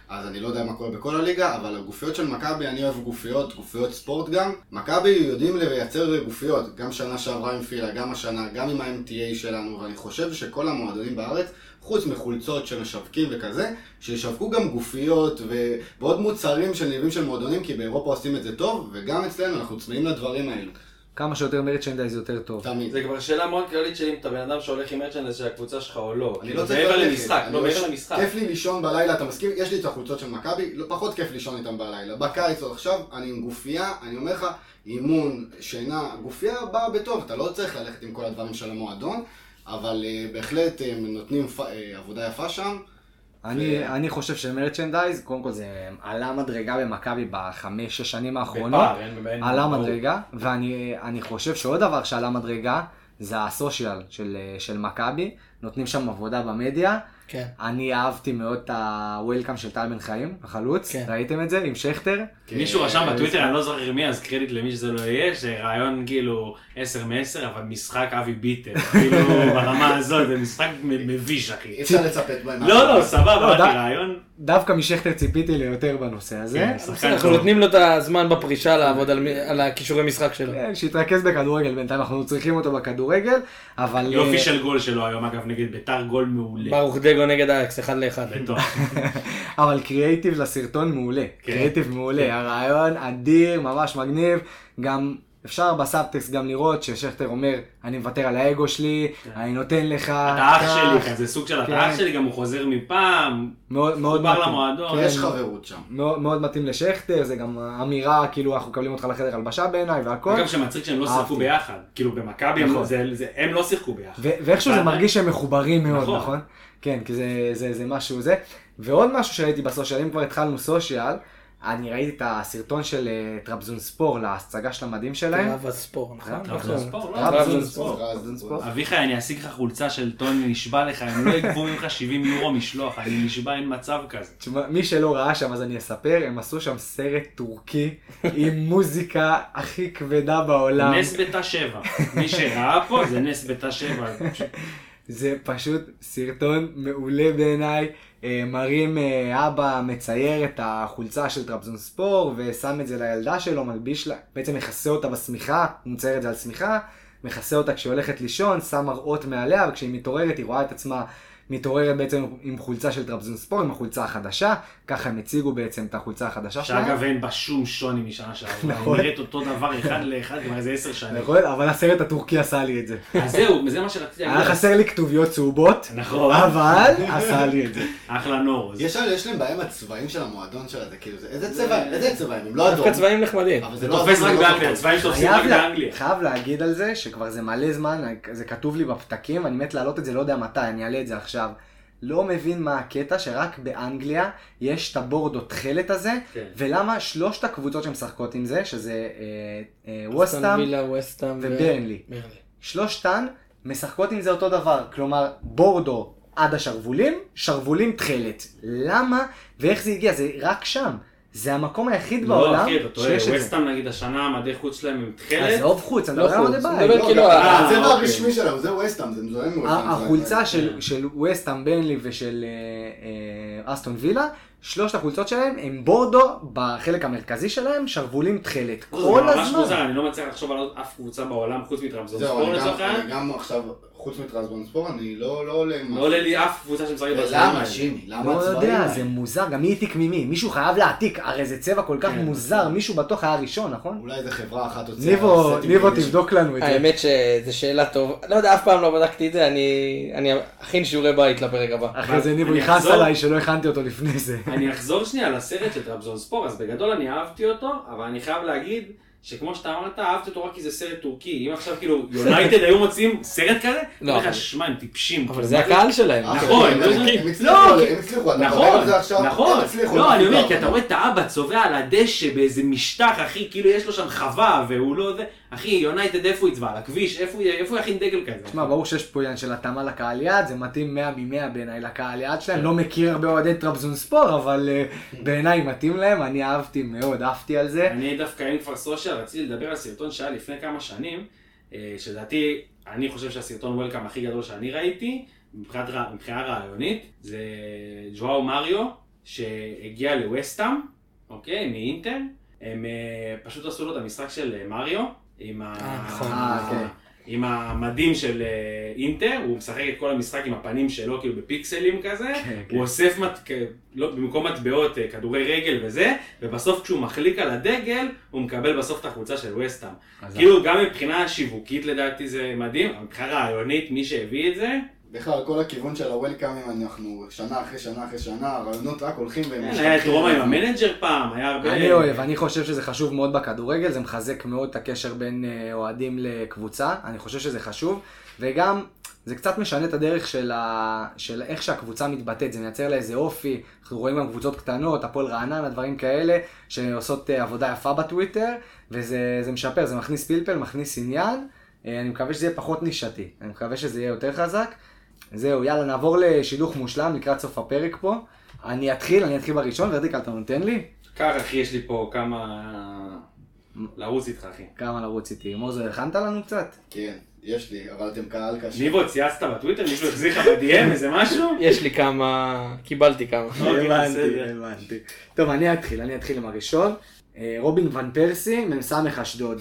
Speaker 4: אז אני לא יודע מה קורה בכל הליגה, אבל הגופיות של מכבי, אני אוהב גופיות, גופיות ספורט גם. מכבי יודעים לייצר גופיות, גם שנה שעברה עם פילה, גם השנה, גם עם ה-MTA שלנו, ואני חושב שכל המועדונים בארץ, חוץ מחולצות של משווקים וכזה, שישווקו גם גופיות ו... ועוד מוצרים של נלווים של מועדונים, כי באירופה עושים את זה טוב, וגם אצלנו אנחנו צמאים לדברים האלו.
Speaker 1: כמה שיותר מרצ'נדייז יותר טוב.
Speaker 4: תמיד.
Speaker 2: זה כבר שאלה מאוד כללית של אם אתה בן אדם שהולך עם מרצ'נדס של הקבוצה שלך או לא.
Speaker 4: אני לא
Speaker 2: זה
Speaker 4: צריך
Speaker 2: מעבר
Speaker 4: ללכת.
Speaker 2: למשחק,
Speaker 4: אני
Speaker 2: לא
Speaker 4: ממש-
Speaker 2: מעבר למשחק.
Speaker 4: כיף לי לישון בלילה, אתה מסכים? יש לי את החולצות של מכבי, לא פחות כיף לישון איתם בלילה. בקיץ או עכשיו, אני עם גופייה, אני אומר לך, אימון, שינה, גופייה באה בטוב, אתה לא צריך ללכת עם כל הדברים של המועדון, אבל אה, בהחלט הם נותנים פ- אה, עבודה יפה שם.
Speaker 1: אני,
Speaker 2: אה,
Speaker 1: אני חושב שמרצ'נדייז, קודם כל זה עלה מדרגה במכבי בחמש-שש שנים האחרונות.
Speaker 2: בפער, אין- אין-
Speaker 1: עלה
Speaker 2: ברור.
Speaker 1: מדרגה, ואני אני חושב שעוד דבר שעלה מדרגה, זה הסושיאל של, של מכבי, נותנים שם עבודה במדיה.
Speaker 3: כן.
Speaker 1: אני אהבתי מאוד את ה-Welcome של טל בן חיים, החלוץ,
Speaker 3: כן.
Speaker 1: ראיתם את זה? עם שכטר?
Speaker 2: מישהו
Speaker 4: אה,
Speaker 2: רשם
Speaker 4: אה,
Speaker 2: בטוויטר, אני לא זוכר מי, אז קרדיט למי שזה לא יהיה, שרעיון כאילו 10 מ-10, אבל משחק אבי ביטר, כאילו ברמה הזאת, זה משחק מ- מביש אחי.
Speaker 4: אי אפשר לצפת בהם.
Speaker 2: לא, לא, סבבה,
Speaker 1: לא,
Speaker 2: אמרתי
Speaker 1: די.
Speaker 2: רעיון.
Speaker 1: דווקא משכטר ציפיתי ליותר בנושא הזה.
Speaker 2: כן, שחקן
Speaker 3: אנחנו
Speaker 2: טוב.
Speaker 3: נותנים לו את הזמן בפרישה לעבוד על מי- על הכישורי משחק שלו.
Speaker 1: כן, שיתרכז בכדורגל, בינתיים אנחנו צריכים אותו בכדורגל, אבל... אה,
Speaker 2: יופי של גול שלו היום, אגב, נגד ביתר גול מעולה.
Speaker 3: ברוך דגו נגד אייקס, אחד לאחד.
Speaker 2: בטוח.
Speaker 1: אבל קריאייטיב לסרטון מעולה,
Speaker 2: כן,
Speaker 1: קריאייטיב מעולה, הרעיון אדיר, ממש מגניב, גם אפשר בסאבטקסט גם לראות ששכטר אומר, אני מוותר על האגו שלי, אני נותן לך,
Speaker 2: כן. אתה אח שלי,
Speaker 1: כך."
Speaker 2: כזה סוג של
Speaker 1: כן.
Speaker 2: אתה אח שלי, גם הוא חוזר מפעם,
Speaker 1: מאוד מאוד
Speaker 2: חובר
Speaker 1: מתאים, כן,
Speaker 2: למועדון.
Speaker 4: יש חברות שם.
Speaker 1: מאוד- מאוד מתאים לשכטר, זה גם אמירה, כאילו אנחנו מקבלים אותך לחדר הלבשה בעיניי והכל,
Speaker 2: אגב, שמצחיק שהם לא שיחקו
Speaker 1: אהבתי.
Speaker 2: ביחד. כאילו, במכבי, הם-
Speaker 1: נכון.
Speaker 2: זה- זה- הם לא שיחקו ביחד.
Speaker 1: ו- ואיכשהו זה
Speaker 2: ועדיין-
Speaker 1: מרגיש שהם מחוברים מאוד,
Speaker 2: נכון.
Speaker 1: נכון? כן, כי זה, זה, זה משהו זה. ועוד משהו שראיתי בסושיאל, אם כבר התחלנו סושיאל, אני ראיתי את הסרטון של אה, טרבזון ספור להצגה של המדים שלהם.
Speaker 3: רב הספורט, נכון?
Speaker 2: טרבזון ספור, לא?
Speaker 1: טרבזון
Speaker 3: טרבזון
Speaker 1: ספור.
Speaker 4: ספור.
Speaker 1: טרבזון ספור.
Speaker 2: אביחי, אני אשיג לך חולצה של טוני, נשבע לך, הם לא יגבו ממך 70 יורו משלוח, אני נשבע, אין מצב כזה.
Speaker 1: תשמע, מי שלא ראה שם, אז אני אספר, הם עשו שם סרט טורקי עם מוזיקה הכי כבדה בעולם.
Speaker 2: נס ביתה שבע. מי שראה פה זה נס ביתה שבע. זה פשוט-
Speaker 1: זה פשוט סרטון מעולה בעיניי. אה, מרים אה, אבא מצייר את החולצה של טרבזון ספור ושם את זה לילדה שלו, מלביש לה, בעצם מכסה אותה בשמיכה, הוא מצייר את זה על שמיכה, מכסה אותה כשהיא הולכת לישון, שם מראות מעליה, וכשהיא מתעוררת היא רואה את עצמה מתעוררת בעצם עם חולצה של טרבזון ספור, עם החולצה החדשה, ככה הם הציגו בעצם את החולצה החדשה שלהם.
Speaker 2: שאגב אין בה שום שוני משנה שעברה, היא
Speaker 1: נכון.
Speaker 2: נראית אותו דבר אחד לאחד כבר איזה עשר שנים.
Speaker 1: נכון, אבל הסרט הטורקי עשה לי את זה.
Speaker 2: אז זהו, זה מה שרציתי
Speaker 1: היה
Speaker 3: אה,
Speaker 2: להגיד.
Speaker 1: חסר לי כתוביות צהובות,
Speaker 2: כן, נכון,
Speaker 1: אבל עשה לי את זה.
Speaker 2: אחלה נורוז.
Speaker 4: יש יש להם בעיה עם הצבעים של המועדון שלה, זה כאילו, זה- איזה צבע, איזה צבע הם, הם לא אדום.
Speaker 3: דווקא צבעים נחמדים.
Speaker 4: אבל
Speaker 2: זה
Speaker 4: לא
Speaker 2: תופס
Speaker 4: אדום,
Speaker 2: רק
Speaker 4: זה לא
Speaker 2: באנגליה,
Speaker 4: כחול.
Speaker 2: הצבעים תופסים רק
Speaker 1: חייב, לה,
Speaker 2: באנגליה.
Speaker 1: חייב להגיד על זה שכבר זה מלא זמן, זה כתוב לי בפתקים, אני מת להעלות את זה לא יודע מתי, אני אעלה את זה עכשיו. לא מבין מה הקטע שרק באנגליה יש את הבורד או תכלת הזה,
Speaker 2: כן.
Speaker 1: ולמה שלושת הקבוצות שמשחקות עם זה, שזה אה, אה,
Speaker 3: אסטון
Speaker 1: ווסטאם
Speaker 3: וילה, ווסטאם ו-
Speaker 1: וברנלי,
Speaker 3: ברנלי.
Speaker 1: שלושתן משחקות עם זה אותו דבר, כלומר בורדו עד השרוולים, שרוולים תכלת. למה ואיך זה הגיע? זה רק שם. זה המקום היחיד
Speaker 2: לא
Speaker 1: בעולם
Speaker 2: אחי, אתה טועה,
Speaker 1: שיש את זה.
Speaker 2: ווסטאם נגיד השנה, מדי חוץ שלהם הם תכלת.
Speaker 1: עזוב חוץ, אני
Speaker 3: לא
Speaker 1: מדבר על
Speaker 3: חוץ,
Speaker 1: מדי
Speaker 3: אני
Speaker 1: בית.
Speaker 3: מדבר
Speaker 4: לא,
Speaker 3: כאילו,
Speaker 4: גם
Speaker 2: אה,
Speaker 4: הצבע
Speaker 2: אוקיי.
Speaker 4: הרשמי שלהם זה ווסטאם, זה מזוהה עם ווסטאם.
Speaker 1: ה- אה, החולצה של,
Speaker 2: כן.
Speaker 1: של ווסטהאם בנלי ושל אה, אה, אסטון וילה, שלושת החולצות שלהם הם בורדו בחלק המרכזי שלהם, שרוולים תכלת.
Speaker 2: זה
Speaker 1: כל
Speaker 2: ממש מוזר,
Speaker 1: הזמן.
Speaker 2: אני לא מצליח לחשוב על עוד אף קבוצה בעולם חוץ מטרמזון
Speaker 4: זהו,
Speaker 2: ספורט
Speaker 4: אני
Speaker 2: לצורך
Speaker 4: גם- אני
Speaker 2: העניין.
Speaker 4: גם עכשיו, חוץ מטרזבון ספורט, אני לא לא עולה עם...
Speaker 2: לא עולה לי אף קבוצה שמשחקת בצבעים
Speaker 4: למה,
Speaker 2: האלה.
Speaker 4: שימי? למה
Speaker 1: לא
Speaker 4: הצבעים?
Speaker 1: יודע,
Speaker 2: אה.
Speaker 4: האלה?
Speaker 1: זה מוזר, גם מי העתיק ממי, מישהו חייב להעתיק, הרי זה צבע כל כך
Speaker 2: כן.
Speaker 1: מוזר, מישהו בטוח היה ראשון, נכון?
Speaker 4: אולי איזה חברה אחת הוציאה...
Speaker 1: ניבו,
Speaker 4: סטים
Speaker 1: ניבו
Speaker 4: כאלה.
Speaker 1: תבדוק לנו את זה.
Speaker 3: אה, האמת שזו שאלה טובה, לא יודע, אף פעם לא בדקתי את זה, אני אני אכין שיעורי בית לפרק הבא.
Speaker 1: אחרי זה ניבו
Speaker 2: אני
Speaker 1: יכעס
Speaker 2: אחזור?
Speaker 1: עליי שלא הכנתי אותו לפני זה.
Speaker 2: אני אחזור שנייה לסרט של טרבזון ספור, אז בגדול אני אהבתי אותו, אבל אני חייב להגיד שכמו שאתה אמרת, אהבתי אותו רק כי זה סרט טורקי. אם עכשיו כאילו יונייטד היו מוצאים סרט כזה,
Speaker 4: לא,
Speaker 2: אני אומר
Speaker 3: אבל-
Speaker 2: לך, שמע, הם טיפשים.
Speaker 3: אבל
Speaker 2: כאילו,
Speaker 3: זה
Speaker 2: מה
Speaker 3: הקהל שלהם.
Speaker 4: אה,
Speaker 2: נכון,
Speaker 4: הם-
Speaker 2: לא,
Speaker 4: הם
Speaker 2: לא,
Speaker 4: הצליחו, הם הצליחו, אתה מדבר
Speaker 2: נכון,
Speaker 4: על זה עכשיו,
Speaker 2: נכון,
Speaker 4: הם הצליחו.
Speaker 2: לא,
Speaker 4: הם
Speaker 2: אני אומר,
Speaker 4: הצליחו.
Speaker 2: כי אתה רואה את האבא צובע על הדשא באיזה משטח, אחי, כאילו יש לו שם חווה, והוא לא זה, אחי, יונייטד, איפה הוא יצבע? על הכביש? איפה הוא- איפה הוא יכין דגל כזה?
Speaker 1: תשמע, ברור שיש פה עניין של התאמה לקהל יעד, זה מתאים 100 מ-100 בעיניי לקהל יעד שלהם. לא מכיר הרבה אוהדי טרבזון ספור, אבל אה, בעיניי מתאים להם, אני אהבתי מאוד, עפתי על זה.
Speaker 2: אני דווקא עם כפר סושיאל רציתי לדבר על סרטון שהיה לפני כמה שנים, אה, שלדעתי, אני חושב שהסרטון וולקאם הכי גדול שאני ראיתי, מבחינת רע- מבחינה רעיונית, זה ג'ואו מריו, שהגיע לווסטאם, אוקיי, מאינטר, הם אה, פשוט עשו לו את המשחק של אה, מריו, עם ה...
Speaker 3: אה, נכון.
Speaker 1: אה, אוקיי.
Speaker 2: עם המדים של אה, אינטר, הוא משחק את כל המשחק עם הפנים שלו, כאילו בפיקסלים כזה,
Speaker 1: כן, כן.
Speaker 2: הוא אוסף מת... כ- לא, במקום מטבעות, אה, כדורי רגל וזה, ובסוף כשהוא מחליק על הדגל, הוא מקבל בסוף את החולצה של וסטאם. כאילו, גם מבחינה שיווקית לדעתי זה מדהים, אבל מבחינה רעיונית, מי שהביא את זה,
Speaker 4: בכלל, כל הכיוון של הוולקאמים, אנחנו שנה אחרי שנה אחרי שנה, הרעיונות רק הולכים והם...
Speaker 2: כן, היה את
Speaker 4: משתפרים.
Speaker 2: רומא עם המנג'ר פעם, היה הרבה...
Speaker 1: אני אוהב, אני חושב שזה חשוב מאוד בכדורגל, זה מחזק מאוד את הקשר בין אה, אוהדים לקבוצה, אני חושב שזה חשוב, וגם זה קצת משנה את הדרך של, ה... של איך שהקבוצה מתבטאת, זה מייצר לה איזה אופי, אנחנו רואים גם קבוצות קטנות, הפועל רעננה, דברים כאלה, שעושות אה, עבודה יפה בטוויטר, וזה זה משפר, זה מכניס פלפל, מכניס עניין, אה, אני מקווה שזה יהיה פחות נישתי, אני מקווה שזה יהיה יותר חזק. זהו, יאללה, נעבור לשידוך מושלם לקראת סוף הפרק פה. אני אתחיל, אני אתחיל בראשון, ורדיקל אתה נותן לי?
Speaker 2: קר, אחי, יש לי פה כמה... לרוץ איתך, אחי.
Speaker 1: כמה לרוץ איתי. מורזו, הכנת לנו קצת?
Speaker 4: כן, יש לי, אבל אתם קהל קשה.
Speaker 2: ניבו, צייצת בטוויטר? מישהו החזיר לך ב-DM איזה משהו?
Speaker 3: יש לי כמה, קיבלתי כמה.
Speaker 2: אוקיי, בסדר.
Speaker 1: הבנתי. טוב, אני אתחיל, אני אתחיל עם הראשון. אה, רובין ון פרסי, מ"ס אשדוד.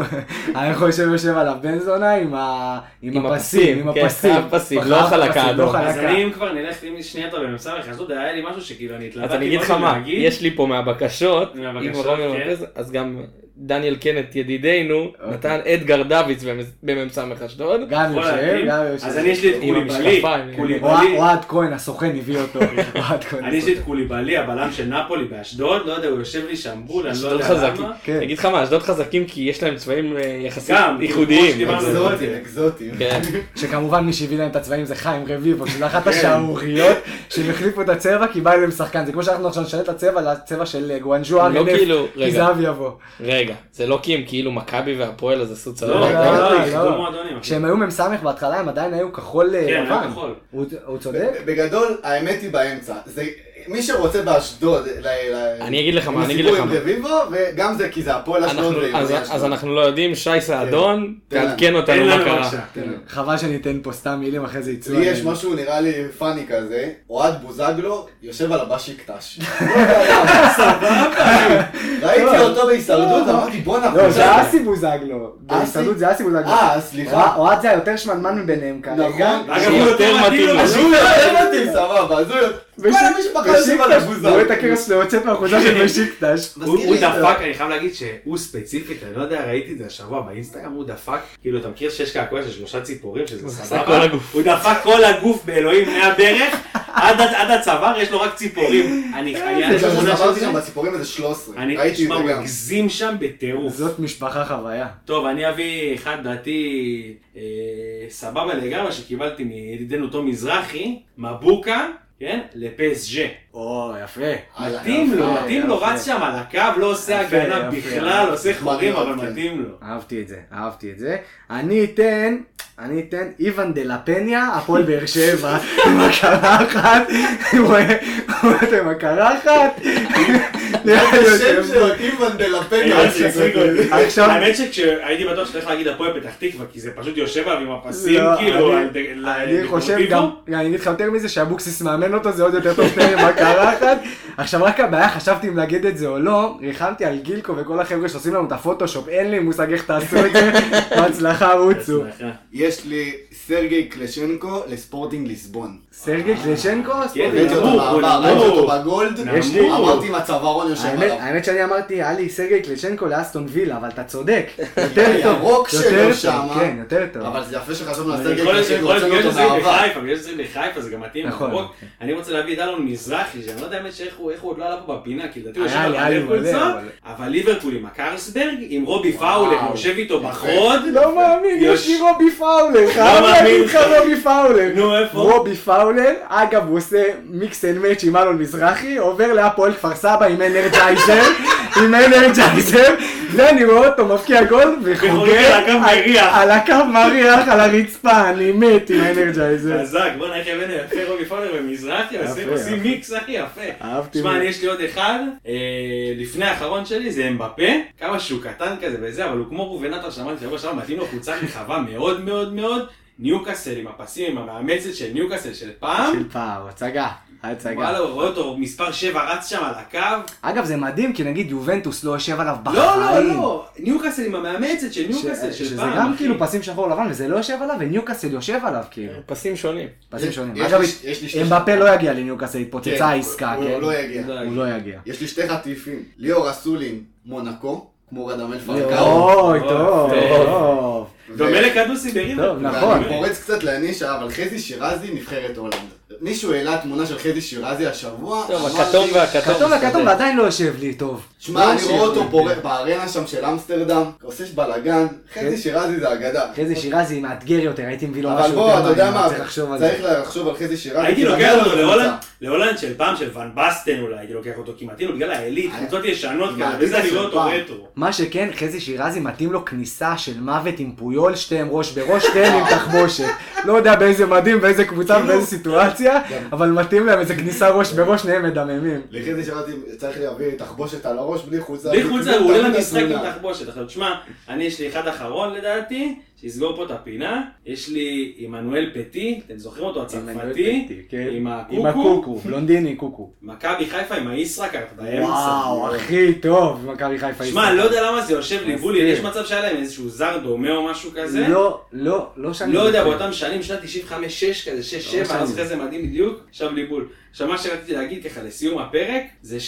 Speaker 1: אני חושב יושב עליו בן זונה עם ה- עם
Speaker 3: עם
Speaker 1: הפסים,
Speaker 3: הפסים,
Speaker 1: עם
Speaker 3: כן,
Speaker 1: הפסים.
Speaker 3: חייב פסים, לא
Speaker 1: חייב
Speaker 3: חלקה
Speaker 1: פסים, לא
Speaker 3: אדום.
Speaker 2: אז
Speaker 1: חלקה.
Speaker 2: אני אם כבר נלך עם שנייה אתה בממסד החסות, היה לי משהו שכאילו אני התלבטתי.
Speaker 3: אז אני אגיד לך
Speaker 2: מאוד אם
Speaker 3: מה,
Speaker 2: להגיד.
Speaker 3: יש לי פה מהבקשות, אם
Speaker 2: מהבקשות,
Speaker 3: רומן
Speaker 2: כן.
Speaker 3: מפרס, אז גם דניאל קנט ידידנו, נתן אדגר דויץ במ"ס אשדוד.
Speaker 1: גם
Speaker 2: יכול
Speaker 1: יושב,
Speaker 2: להתאים?
Speaker 1: גם יושב.
Speaker 2: אז אני יש לי את
Speaker 3: עם
Speaker 2: קוליבאלי,
Speaker 3: המשקפיים.
Speaker 2: קוליבאלי,
Speaker 1: אוהד כהן, הסוכן הביא אותו. אוהד כהן.
Speaker 2: אני יש לי
Speaker 1: הסוכן.
Speaker 2: את קוליבאלי, הבלם של נפולי באשדוד, לא יודע, הוא יושב לי שם בול, אני לא
Speaker 3: אשדוד
Speaker 2: יודע
Speaker 3: חזקים.
Speaker 2: למה.
Speaker 1: כן.
Speaker 3: אני אגיד לך מה, אשדוד חזקים כי יש להם צבעים אה, יחסית
Speaker 2: גם, כמו
Speaker 3: ייחודיים.
Speaker 2: שדיברנו על זה.
Speaker 4: אקזוטים, אקזוטים.
Speaker 3: כן.
Speaker 1: שכמובן מי שהביא להם את הצבעים זה חיים רביבו, שזה
Speaker 4: כן.
Speaker 1: אחת השערוריות, שהם החליפו את הצבע כי בא אליהם שחקן, זה כמו שאנחנו עכשיו נשנה את הצבע לצבע של אה, גואנג'ו
Speaker 3: הם לא
Speaker 1: RNF,
Speaker 3: כאילו-
Speaker 1: כי
Speaker 3: רגע.
Speaker 1: זהב יבוא.
Speaker 4: אוקיי.
Speaker 3: רגע, זה לא כי הם כאילו מכבי והפועל אז עשו
Speaker 2: לא,
Speaker 3: צבעים.
Speaker 1: לא,
Speaker 2: לא,
Speaker 1: לא,
Speaker 2: לא,
Speaker 1: לא.
Speaker 2: איחדו מועדונים. אחי.
Speaker 1: כשהם היו מ"ס בהתחלה הם עדיין היו כחול אה,
Speaker 2: כן,
Speaker 1: לבן.
Speaker 2: היה כחול.
Speaker 1: הוא- הוא צודק?
Speaker 4: בגדול, האמת היא באמצע. זה, מי שרוצה באשדוד, ל- ל-
Speaker 3: אני אגיד לך מה, אני אגיד
Speaker 4: עם
Speaker 3: לך מה.
Speaker 4: רביבו, וגם זה כי זה הפועל אשדוד
Speaker 3: אנחנו- אז-
Speaker 4: ויוני
Speaker 3: אז
Speaker 4: אשדוד.
Speaker 3: אנחנו לא יודעים, שי סעדון,
Speaker 4: תן לנו.
Speaker 3: תעדכן
Speaker 2: תן
Speaker 3: אותנו מה
Speaker 2: לנו
Speaker 3: קרה.
Speaker 2: בבקשה.
Speaker 4: כן.
Speaker 1: חבל שניתן פה סתם מילים אחרי זה יצאו.
Speaker 4: לי יש
Speaker 1: עלינו.
Speaker 4: משהו נראה לי פאני כזה, אוהד בוזגלו יושב על הבשיקטש.
Speaker 2: סבבה.
Speaker 4: ראית ראיתי אותו בהישרדות, אמרתי בואנה,
Speaker 1: לא,
Speaker 4: חוזר."
Speaker 1: זה אסי בוזגלו. בהסתדרות זה אסי בוזגלו.
Speaker 4: אה, סליחה.
Speaker 1: אוהד זה היותר שמנמן מביניהם כרגע.
Speaker 4: נכון.
Speaker 2: אגב, הוא יותר מתאים לו.
Speaker 4: אז הוא יותר מתאים, סבבה, אז הוא יותר... כל המשפחה יושבים על
Speaker 1: בשיקטש,
Speaker 4: הבוזגלו. כן.
Speaker 1: הוא רואה את הכרס שלו יוצאת מהחוזה של בשיקטש.
Speaker 2: הוא
Speaker 4: מזכיר
Speaker 2: הוא
Speaker 4: לי את
Speaker 2: דפק, אני חייב להגיד שהוא ספציפית, אני לא יודע, ראיתי את זה השבוע באינסטגרם, הוא דפק, כאילו, אתה מכיר שיש קעקוע של שלושה ציפורים, שזה
Speaker 5: כל
Speaker 2: סבבה?
Speaker 5: הגוף.
Speaker 2: הוא דפק כל הגוף באלוהים מהברך, עד עד הצוואר, יש לו רק ציפורים. אני אני- אני-
Speaker 4: זה
Speaker 2: אני-
Speaker 4: גם שחזרתי שם בציפורים איזה 13.
Speaker 2: אני,
Speaker 4: ראיתי את
Speaker 2: תשמע,
Speaker 4: זה
Speaker 2: הוא
Speaker 4: גם.
Speaker 2: הגזים שם בטירוף.
Speaker 1: זאת משפחה חוויה.
Speaker 2: טוב, אני אביא אחד דעתי אה, סבבה לגמרי שקיבלתי מידידנו תום מזרחי, מבוקה, כן? לפסג'ה.
Speaker 1: או, יפה.
Speaker 4: אה,
Speaker 2: מתאים לו,
Speaker 1: יפה,
Speaker 2: מתאים לו,
Speaker 1: יפה.
Speaker 2: רץ שם על הקו, לא עושה
Speaker 1: יפה,
Speaker 2: הגנה
Speaker 1: יפה.
Speaker 2: בכלל, עושה חורים,
Speaker 4: מאוד,
Speaker 2: אבל
Speaker 4: כן.
Speaker 2: מתאים לו.
Speaker 1: אהבתי את זה, אהבתי את זה. אני אתן, אני אתן איוון דה לה פניה, הפועל באר שבע, עם הקרחת, הוא רואה אותו עם הקרחת.
Speaker 2: לא,
Speaker 1: נראה לי
Speaker 4: השם
Speaker 1: יותר-
Speaker 4: שלו, טיבן דה לה פניה.
Speaker 2: אה, זה מצחיק אותי.
Speaker 1: עכשיו-
Speaker 2: האמת שכשהייתי בטוח שאתה הולך להגיד הפועל פתח תקווה, כי זה פשוט יושב עליו עם הפסים,
Speaker 1: לא,
Speaker 2: כאילו,
Speaker 1: אני-
Speaker 2: על ד- ל-
Speaker 1: אני חושב
Speaker 2: דקורטיבו.
Speaker 1: גם, לא, אני אגיד לך יותר מזה, שאבוקסיס מאמן אותו, זה עוד יותר טוב פניה עם הקרחת. עכשיו רק הבעיה, חשבתי אם להגיד את זה או לא, ריחמתי על גילקו וכל החבר'ה שעושים לנו את הפוטושופ, אין לי מושג איך תעשו את זה, בהצלחה רוצו.
Speaker 2: בהצלחה.
Speaker 4: יש לי סרגי קלשנקו לספורטינג ליסבון.
Speaker 1: סרגי קלשנקו?
Speaker 2: כן,
Speaker 4: ראיתי אותו
Speaker 2: נמוך, הוא
Speaker 4: בעבר, ראיתי
Speaker 2: נמוך.
Speaker 4: אותו בגולד,
Speaker 2: יש לי-
Speaker 4: אמרתי עם הצווארון יושב
Speaker 1: האמת,
Speaker 4: עליו.
Speaker 1: האמת שאני אמרתי, היה לי סרגי קלצ'נקו לאסטון וילה, אבל אתה צודק. יותר טוב.
Speaker 4: הירוק שלו
Speaker 1: יותר טוב,
Speaker 4: שם.
Speaker 2: אה?
Speaker 1: כן, יותר טוב.
Speaker 4: אבל זה יפה שחשבנו על סרגי
Speaker 2: יכול להיות
Speaker 4: קלשנקו,
Speaker 2: יכול להיות
Speaker 4: הוצאנו
Speaker 2: בגלל
Speaker 4: אותו
Speaker 2: שזה
Speaker 4: בעבר.
Speaker 2: בחיפה, בגלל שזה בחיפה זה גם מתאים.
Speaker 1: נכון.
Speaker 2: נכון. אני רוצה להביא את אלון מזרחי, שאני לא יודע האמת שאיך הוא איך הוא עוד לא עלה פה בפינה, כי לדעתי הוא
Speaker 1: היה לי,
Speaker 2: יושב
Speaker 1: היה לי
Speaker 2: על
Speaker 1: מלא,
Speaker 2: קבוצה,
Speaker 1: אבל-
Speaker 2: אבל ליברפול עם הקרסברג, עם רובי
Speaker 4: וואו.
Speaker 2: פאולר, הוא יושב איתו
Speaker 4: יפה.
Speaker 2: בחוד.
Speaker 1: לא מאמין, יש לי רובי פאולר, חייב
Speaker 2: לא מאמין
Speaker 1: להגיד לך
Speaker 2: לך.
Speaker 1: רובי פאולר.
Speaker 2: נו, איפה?
Speaker 1: רובי פאולר, אגב, הוא עושה מיקס אנד מאץ' עם אלון מזרחי, עובר להפועל כפר סבא עם אנרג'ייזר, עם אנרג'ייזר, ואני רואה אותו מבקיע גול
Speaker 2: וחוגג
Speaker 1: וחוגג
Speaker 2: על הקו מריח.
Speaker 1: על הקו מריח, על הרצפה, אני מת עם אנרג'ייזר.
Speaker 2: חזק, בואנה איך הבאנו יפה רובי פאולר ומזרחי, עושים-
Speaker 1: יפה,
Speaker 2: עושים
Speaker 1: יפה.
Speaker 2: מיקס הכי יפה.
Speaker 1: אהבתי
Speaker 2: תשמע,
Speaker 1: מאוד.
Speaker 2: אני יש לי עוד אחד, אה, לפני האחרון שלי זה אמבפה, כמה שהוא קטן כזה וזה, אבל הוא כמו ראובן עטר שאמרתי שבוע שעבר, מתאים לו חולצה רחבה מאוד מאוד מאוד, ניוקאסל עם הפסים, עם המאמצת של ניוקאסל של פעם,
Speaker 1: של פער, הצגה, הצגה.
Speaker 2: וואלה, הוא רואה אותו מספר 7 רץ שם על הקו.
Speaker 1: אגב, זה מדהים, כי נגיד יובנטוס לא יושב עליו בחיים.
Speaker 2: לא, לא, לא, ניוקאסל עם המאמצת של ניוקאסל
Speaker 1: ש-
Speaker 2: של
Speaker 1: שזה
Speaker 2: פעם.
Speaker 1: גם
Speaker 2: אחי.
Speaker 1: כאילו פסים שחור לבן, וזה לא יושב עליו, וניוקאסל יושב עליו, כאילו.
Speaker 3: פסים שונים.
Speaker 1: פסים
Speaker 4: כן. יש-
Speaker 1: שונים.
Speaker 4: יש
Speaker 1: אגב,
Speaker 4: לי- יש לי שתי-
Speaker 1: אמבפה לא יגיע לניוקאסל,
Speaker 4: כן,
Speaker 1: התפוצצה העסקה,
Speaker 4: הוא-
Speaker 1: כן?
Speaker 4: הוא לא יגיע.
Speaker 1: הוא לא יגיע.
Speaker 4: יש לי שתי חטיפים. ליאור אסולין, מונקו, כמו רדמל פרקאו.
Speaker 1: אוי,
Speaker 2: טוב,
Speaker 1: טוב,
Speaker 2: טוב.
Speaker 1: טוב.
Speaker 2: דומה לכדוסי בריבר.
Speaker 1: טוב, נכון.
Speaker 4: ואני פורץ קצת לנישה, אבל חזי שירזי נבחרת הולנד. מישהו העלה תמונה של חזי שירזי השבוע.
Speaker 3: טוב,
Speaker 4: אמרתי,
Speaker 3: הכתום והכתום.
Speaker 1: כתום לכתום
Speaker 3: מסתדר.
Speaker 1: ועדיין לא יושב לי טוב.
Speaker 4: שמע, אני רואה אותו
Speaker 1: לי.
Speaker 4: פורץ בארנה שם של אמסטרדם, עושה בלאגן, חזי שירזי זה אגדה.
Speaker 1: חזי שירזי מאתגר יותר, הייתי מביא לו כן. לא משהו
Speaker 4: אבל
Speaker 1: יותר
Speaker 4: בוא, אתה יודע
Speaker 1: מעניין,
Speaker 4: מה,
Speaker 1: צריך לחשוב על
Speaker 4: צריך
Speaker 1: זה.
Speaker 4: לחשוב על חזי שירזי.
Speaker 2: הייתי
Speaker 4: כי
Speaker 2: לוקח
Speaker 4: מגיע לו
Speaker 2: אותו
Speaker 4: לקבוצה.
Speaker 2: להולנד, להולנד של פעם של ון בסטן אולי, הייתי לוקח אותו כמעט, הנה, בגלל העילית,
Speaker 4: אה,
Speaker 2: קבוצות ישנות
Speaker 4: עם
Speaker 2: כאלה,
Speaker 4: העתיד
Speaker 2: וזה אני
Speaker 4: של
Speaker 2: רואה אותו
Speaker 4: פעם.
Speaker 2: רטרו.
Speaker 1: מה שכן, חזי שירזי מתאים לו כניסה של מוות עם פויול, שתיהם ראש בראש, שתיהם עם תחבושת. לא יודע באיזה מדים, באיזה קבוצה, באיזה סיטואציה, אבל מתאים להם איזה כניסה ראש בראש, שניהם מדממים.
Speaker 4: לחזי שירזי צריך להביא תחבושת על הראש בלי חולצה.
Speaker 2: בלי חולצה, הוא
Speaker 4: תמיד
Speaker 2: עולה למשחק עם
Speaker 4: התמונה.
Speaker 2: תחבושת. עכשיו תשמע, אני יש לי אחד אחרון לדעתי, שיסגור פה את הפינה, יש לי עמנואל פטי, אתם זוכרים אותו הצרפתי,
Speaker 1: כן.
Speaker 2: עם
Speaker 1: עם
Speaker 2: הקוקו,
Speaker 1: הקוקו, בלונדיני קוקו.
Speaker 2: מכבי חיפה עם הישראכרט באמצע.
Speaker 1: וואו, הכי טוב, מכבי חיפה.
Speaker 2: שמע, אני לא יודע למה זה יושב לי בול,
Speaker 1: מסכים.
Speaker 2: יש מצב שהיה להם איזשהו זר דומה או משהו כזה.
Speaker 1: כן. לא, לא, לא שאני...
Speaker 2: לא יודע, באותם שנים, שנת 95-6 כזה, 6-7,
Speaker 1: לא
Speaker 2: אז
Speaker 1: משנה.
Speaker 2: אחרי זה מדהים בדיוק, עכשיו לי בול. עכשיו מה שרציתי להגיד ככה לסיום הפרק, זה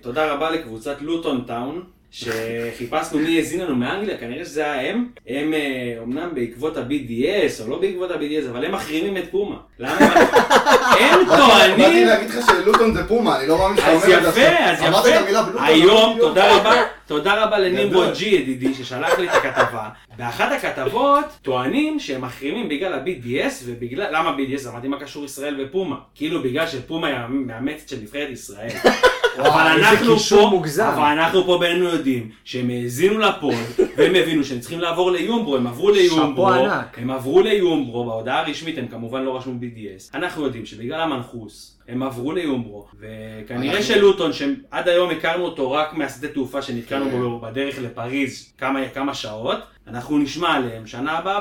Speaker 2: שתודה רבה לקבוצת לוטון טאון. שחיפשנו מי האזין לנו מאנגליה, כנראה שזה היה הם. הם אה, אומנם בעקבות ה-BDS, או לא בעקבות ה-BDS, אבל הם מחרימים את פומה. למה? הם
Speaker 4: באתי
Speaker 2: טוענים...
Speaker 4: להגיד לך שלוטון זה פומה, אני לא מאמין שאתה אומר את
Speaker 2: לא, אז
Speaker 4: זה.
Speaker 2: יפה,
Speaker 4: עכשיו.
Speaker 2: אז
Speaker 4: אמרת את המילה
Speaker 2: יפה.
Speaker 4: בלוטון.
Speaker 2: היום,
Speaker 4: אמרתי,
Speaker 2: תודה רבה, תודה רבה לנימבו
Speaker 4: גדול.
Speaker 2: ג'י ידידי ששלח לי את הכתבה. באחת הכתבות טוענים שהם מחרימים בגלל ה-BDS ובגלל, למה BDS? אמרתי מה קשור ישראל ופומה. כאילו בגלל שפומה היא המאמצת של נבחרת ישראל. אבל
Speaker 1: איזה
Speaker 2: אנחנו
Speaker 1: קישור
Speaker 2: פה,
Speaker 1: מוגזם.
Speaker 2: אבל אנחנו פה בינינו יודעים שהם האזינו לפוד והם הבינו שהם צריכים לעבור ליומברו, הם עברו ליומברו,
Speaker 1: ענק.
Speaker 2: הם עברו ליומברו, בהודעה הרשמית הם כמובן לא רשמו BDS. אנחנו יודעים שבגלל המנחוס, הם עברו ליומברו, וכנראה
Speaker 4: אנחנו-
Speaker 2: שלוטון, שעד היום הכרנו אותו רק מהשדה תעופה שנתקענו בו בדרך לפריז כמה, כמה שעות, אנחנו נשמע עליהם שנה הבאה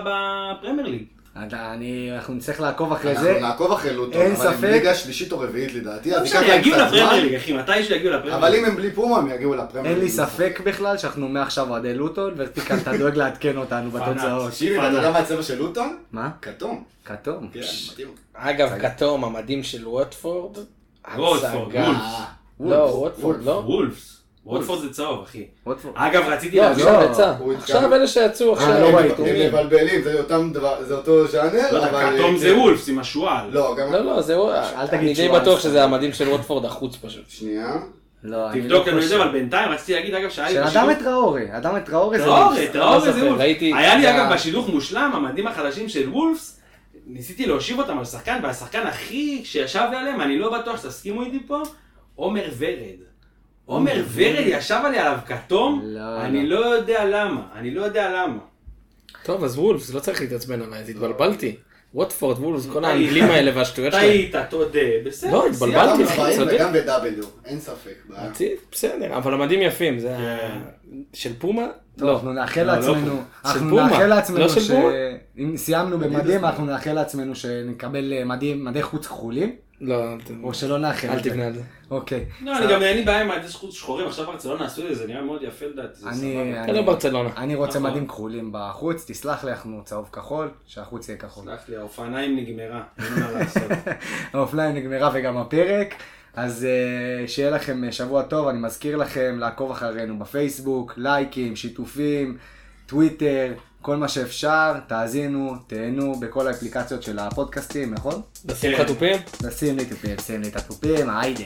Speaker 2: בפרמייר ליג.
Speaker 1: אתה- אני- אנחנו נצטרך לעקוב אחרי
Speaker 4: אנחנו
Speaker 1: זה.
Speaker 4: נעקוב אחרי לוטון,
Speaker 1: אין
Speaker 4: אבל הם
Speaker 1: ספק.
Speaker 4: ליגה שלישית או רביעית לדעתי,
Speaker 2: לא
Speaker 4: אז ייקח
Speaker 2: משנה,
Speaker 4: להם
Speaker 2: יגיעו
Speaker 4: קצת
Speaker 2: לפרמייר
Speaker 4: זמן,
Speaker 2: ליג, אחי, מתי שיגיעו לפרמייר
Speaker 4: אבל אם הם בלי פומה הם יגיעו לפרמייר
Speaker 1: אין לי
Speaker 4: ליג.
Speaker 1: ספק בכלל שאנחנו מעכשיו אוהדי לוטון, ורטיקל, אתה דואג לעדכן אותנו בתוצאות.
Speaker 4: תקשיבי, אתה יודע מה הצבע של לוטון?
Speaker 1: מה?
Speaker 4: כתום.
Speaker 1: כתום?
Speaker 4: כן, מתאים.
Speaker 3: אגב, כתום, המדים של ווטפורד.
Speaker 2: ווטפורד,
Speaker 3: הצגה.
Speaker 2: וולף.
Speaker 4: אה,
Speaker 3: לא, ווטפורד,
Speaker 2: ליג.
Speaker 3: לא.
Speaker 2: וולפס. וולפורד זה צהוב, אחי.
Speaker 1: ווטפורד.
Speaker 2: אגב, רציתי
Speaker 3: לא,
Speaker 2: להגיד...
Speaker 3: עכשיו
Speaker 1: לא,
Speaker 3: יצא.
Speaker 4: הוא
Speaker 3: עכשיו
Speaker 4: התקרב.
Speaker 3: אלה שיצאו עכשיו.
Speaker 1: לא
Speaker 4: הם-
Speaker 1: ראיתי.
Speaker 4: הם מבלבלים, זה אותם דבר- זה אותו
Speaker 2: לא
Speaker 4: ז'אנר,
Speaker 2: יודע,
Speaker 4: אבל... אה, כן.
Speaker 2: כתום זה וולפס עם השועל.
Speaker 4: לא, גם...
Speaker 3: לא, לא, זה הוא...
Speaker 1: אל תגיד
Speaker 3: אני די
Speaker 1: שהוא
Speaker 3: בטוח
Speaker 1: אנסטר.
Speaker 3: שזה המדים של ווטפורד החוץ פשוט.
Speaker 4: שנייה.
Speaker 1: לא, אני לא
Speaker 2: תבדוק לנו את זה,
Speaker 1: חושב.
Speaker 2: אבל בינתיים רציתי להגיד, אגב, שהיה לי
Speaker 1: של אדם את ראורי, אדם את ראורי זה...
Speaker 2: טראורי, טראורי זה
Speaker 3: זוכר,
Speaker 2: וולפס.
Speaker 3: ראיתי-
Speaker 2: היה לי
Speaker 3: זה
Speaker 2: אגב
Speaker 3: ה-
Speaker 2: בשידוך מושלם, המדים החדשים של וולפס, ניסיתי להושיב אותם על שחקן, והשחקן הכי שישב עליהם, אני לא בטוח שתסכימו איתי פה, עומר ורד. עומר ורד ישב עלי עליו כתום,
Speaker 1: לא,
Speaker 2: אני לא יודע למה, אני לא יודע למה.
Speaker 3: טוב, אז וולפס, לא צריך להתעצבן עליי, אז התבלבלתי. ווטפורד, וולפס, כל האנגלים האלה והשטויות שלהם.
Speaker 2: טעית, תודה, בסדר.
Speaker 3: לא,
Speaker 2: סיימת.
Speaker 3: התבלבלתי,
Speaker 4: גם
Speaker 3: אחי,
Speaker 4: בבאים
Speaker 3: צודק.
Speaker 4: וגם ב-W, אין ספק. בעיה.
Speaker 3: רציתי, בסדר, אבל המדים יפים, זה... ה- של פומה?
Speaker 1: טוב, אנחנו נאחל
Speaker 2: לא, לא
Speaker 1: לעצמנו,
Speaker 2: פומה.
Speaker 1: אנחנו
Speaker 3: של פומה.
Speaker 1: נאחל לעצמנו
Speaker 3: לא של
Speaker 1: ש...
Speaker 3: פומה?
Speaker 1: אם סיימנו במדים, אנחנו נאחל לעצמנו שנקבל אה, מדים, מדי חוץ כחולים,
Speaker 3: לא, אל ת-
Speaker 1: או שלא נאחל.
Speaker 3: אל
Speaker 1: את זה.
Speaker 3: תבנה על זה.
Speaker 1: אוקיי.
Speaker 2: לא, אני גם אין לי בעיה עם עדי זכות שחורים, עכשיו ברצלונה עשו את זה, זה נראה מאוד יפה לדעתי, זה
Speaker 1: אני...
Speaker 2: סבבה.
Speaker 3: אתה לא
Speaker 1: אני-
Speaker 3: ברצלונה.
Speaker 1: אני רוצה
Speaker 2: נכון.
Speaker 1: מדים כחולים בחוץ, תסלח לי, אנחנו צהוב כחול, שהחוץ יהיה כחול.
Speaker 2: סלח לי, האופניים נגמרה, אין מה לעשות.
Speaker 1: האופניים נגמרה וגם הפרק. אז אה, שיהיה לכם אה, שבוע טוב, אני מזכיר לכם לעקוב אחרינו בפייסבוק, לייקים, שיתופים, טוויטר, כל מה שאפשר, תאזינו, תהנו בכל האפליקציות של הפודקאסטים, נכון?
Speaker 3: לשים לך תופים?
Speaker 1: נשים לי תופים, שים לי את התופים, היידה.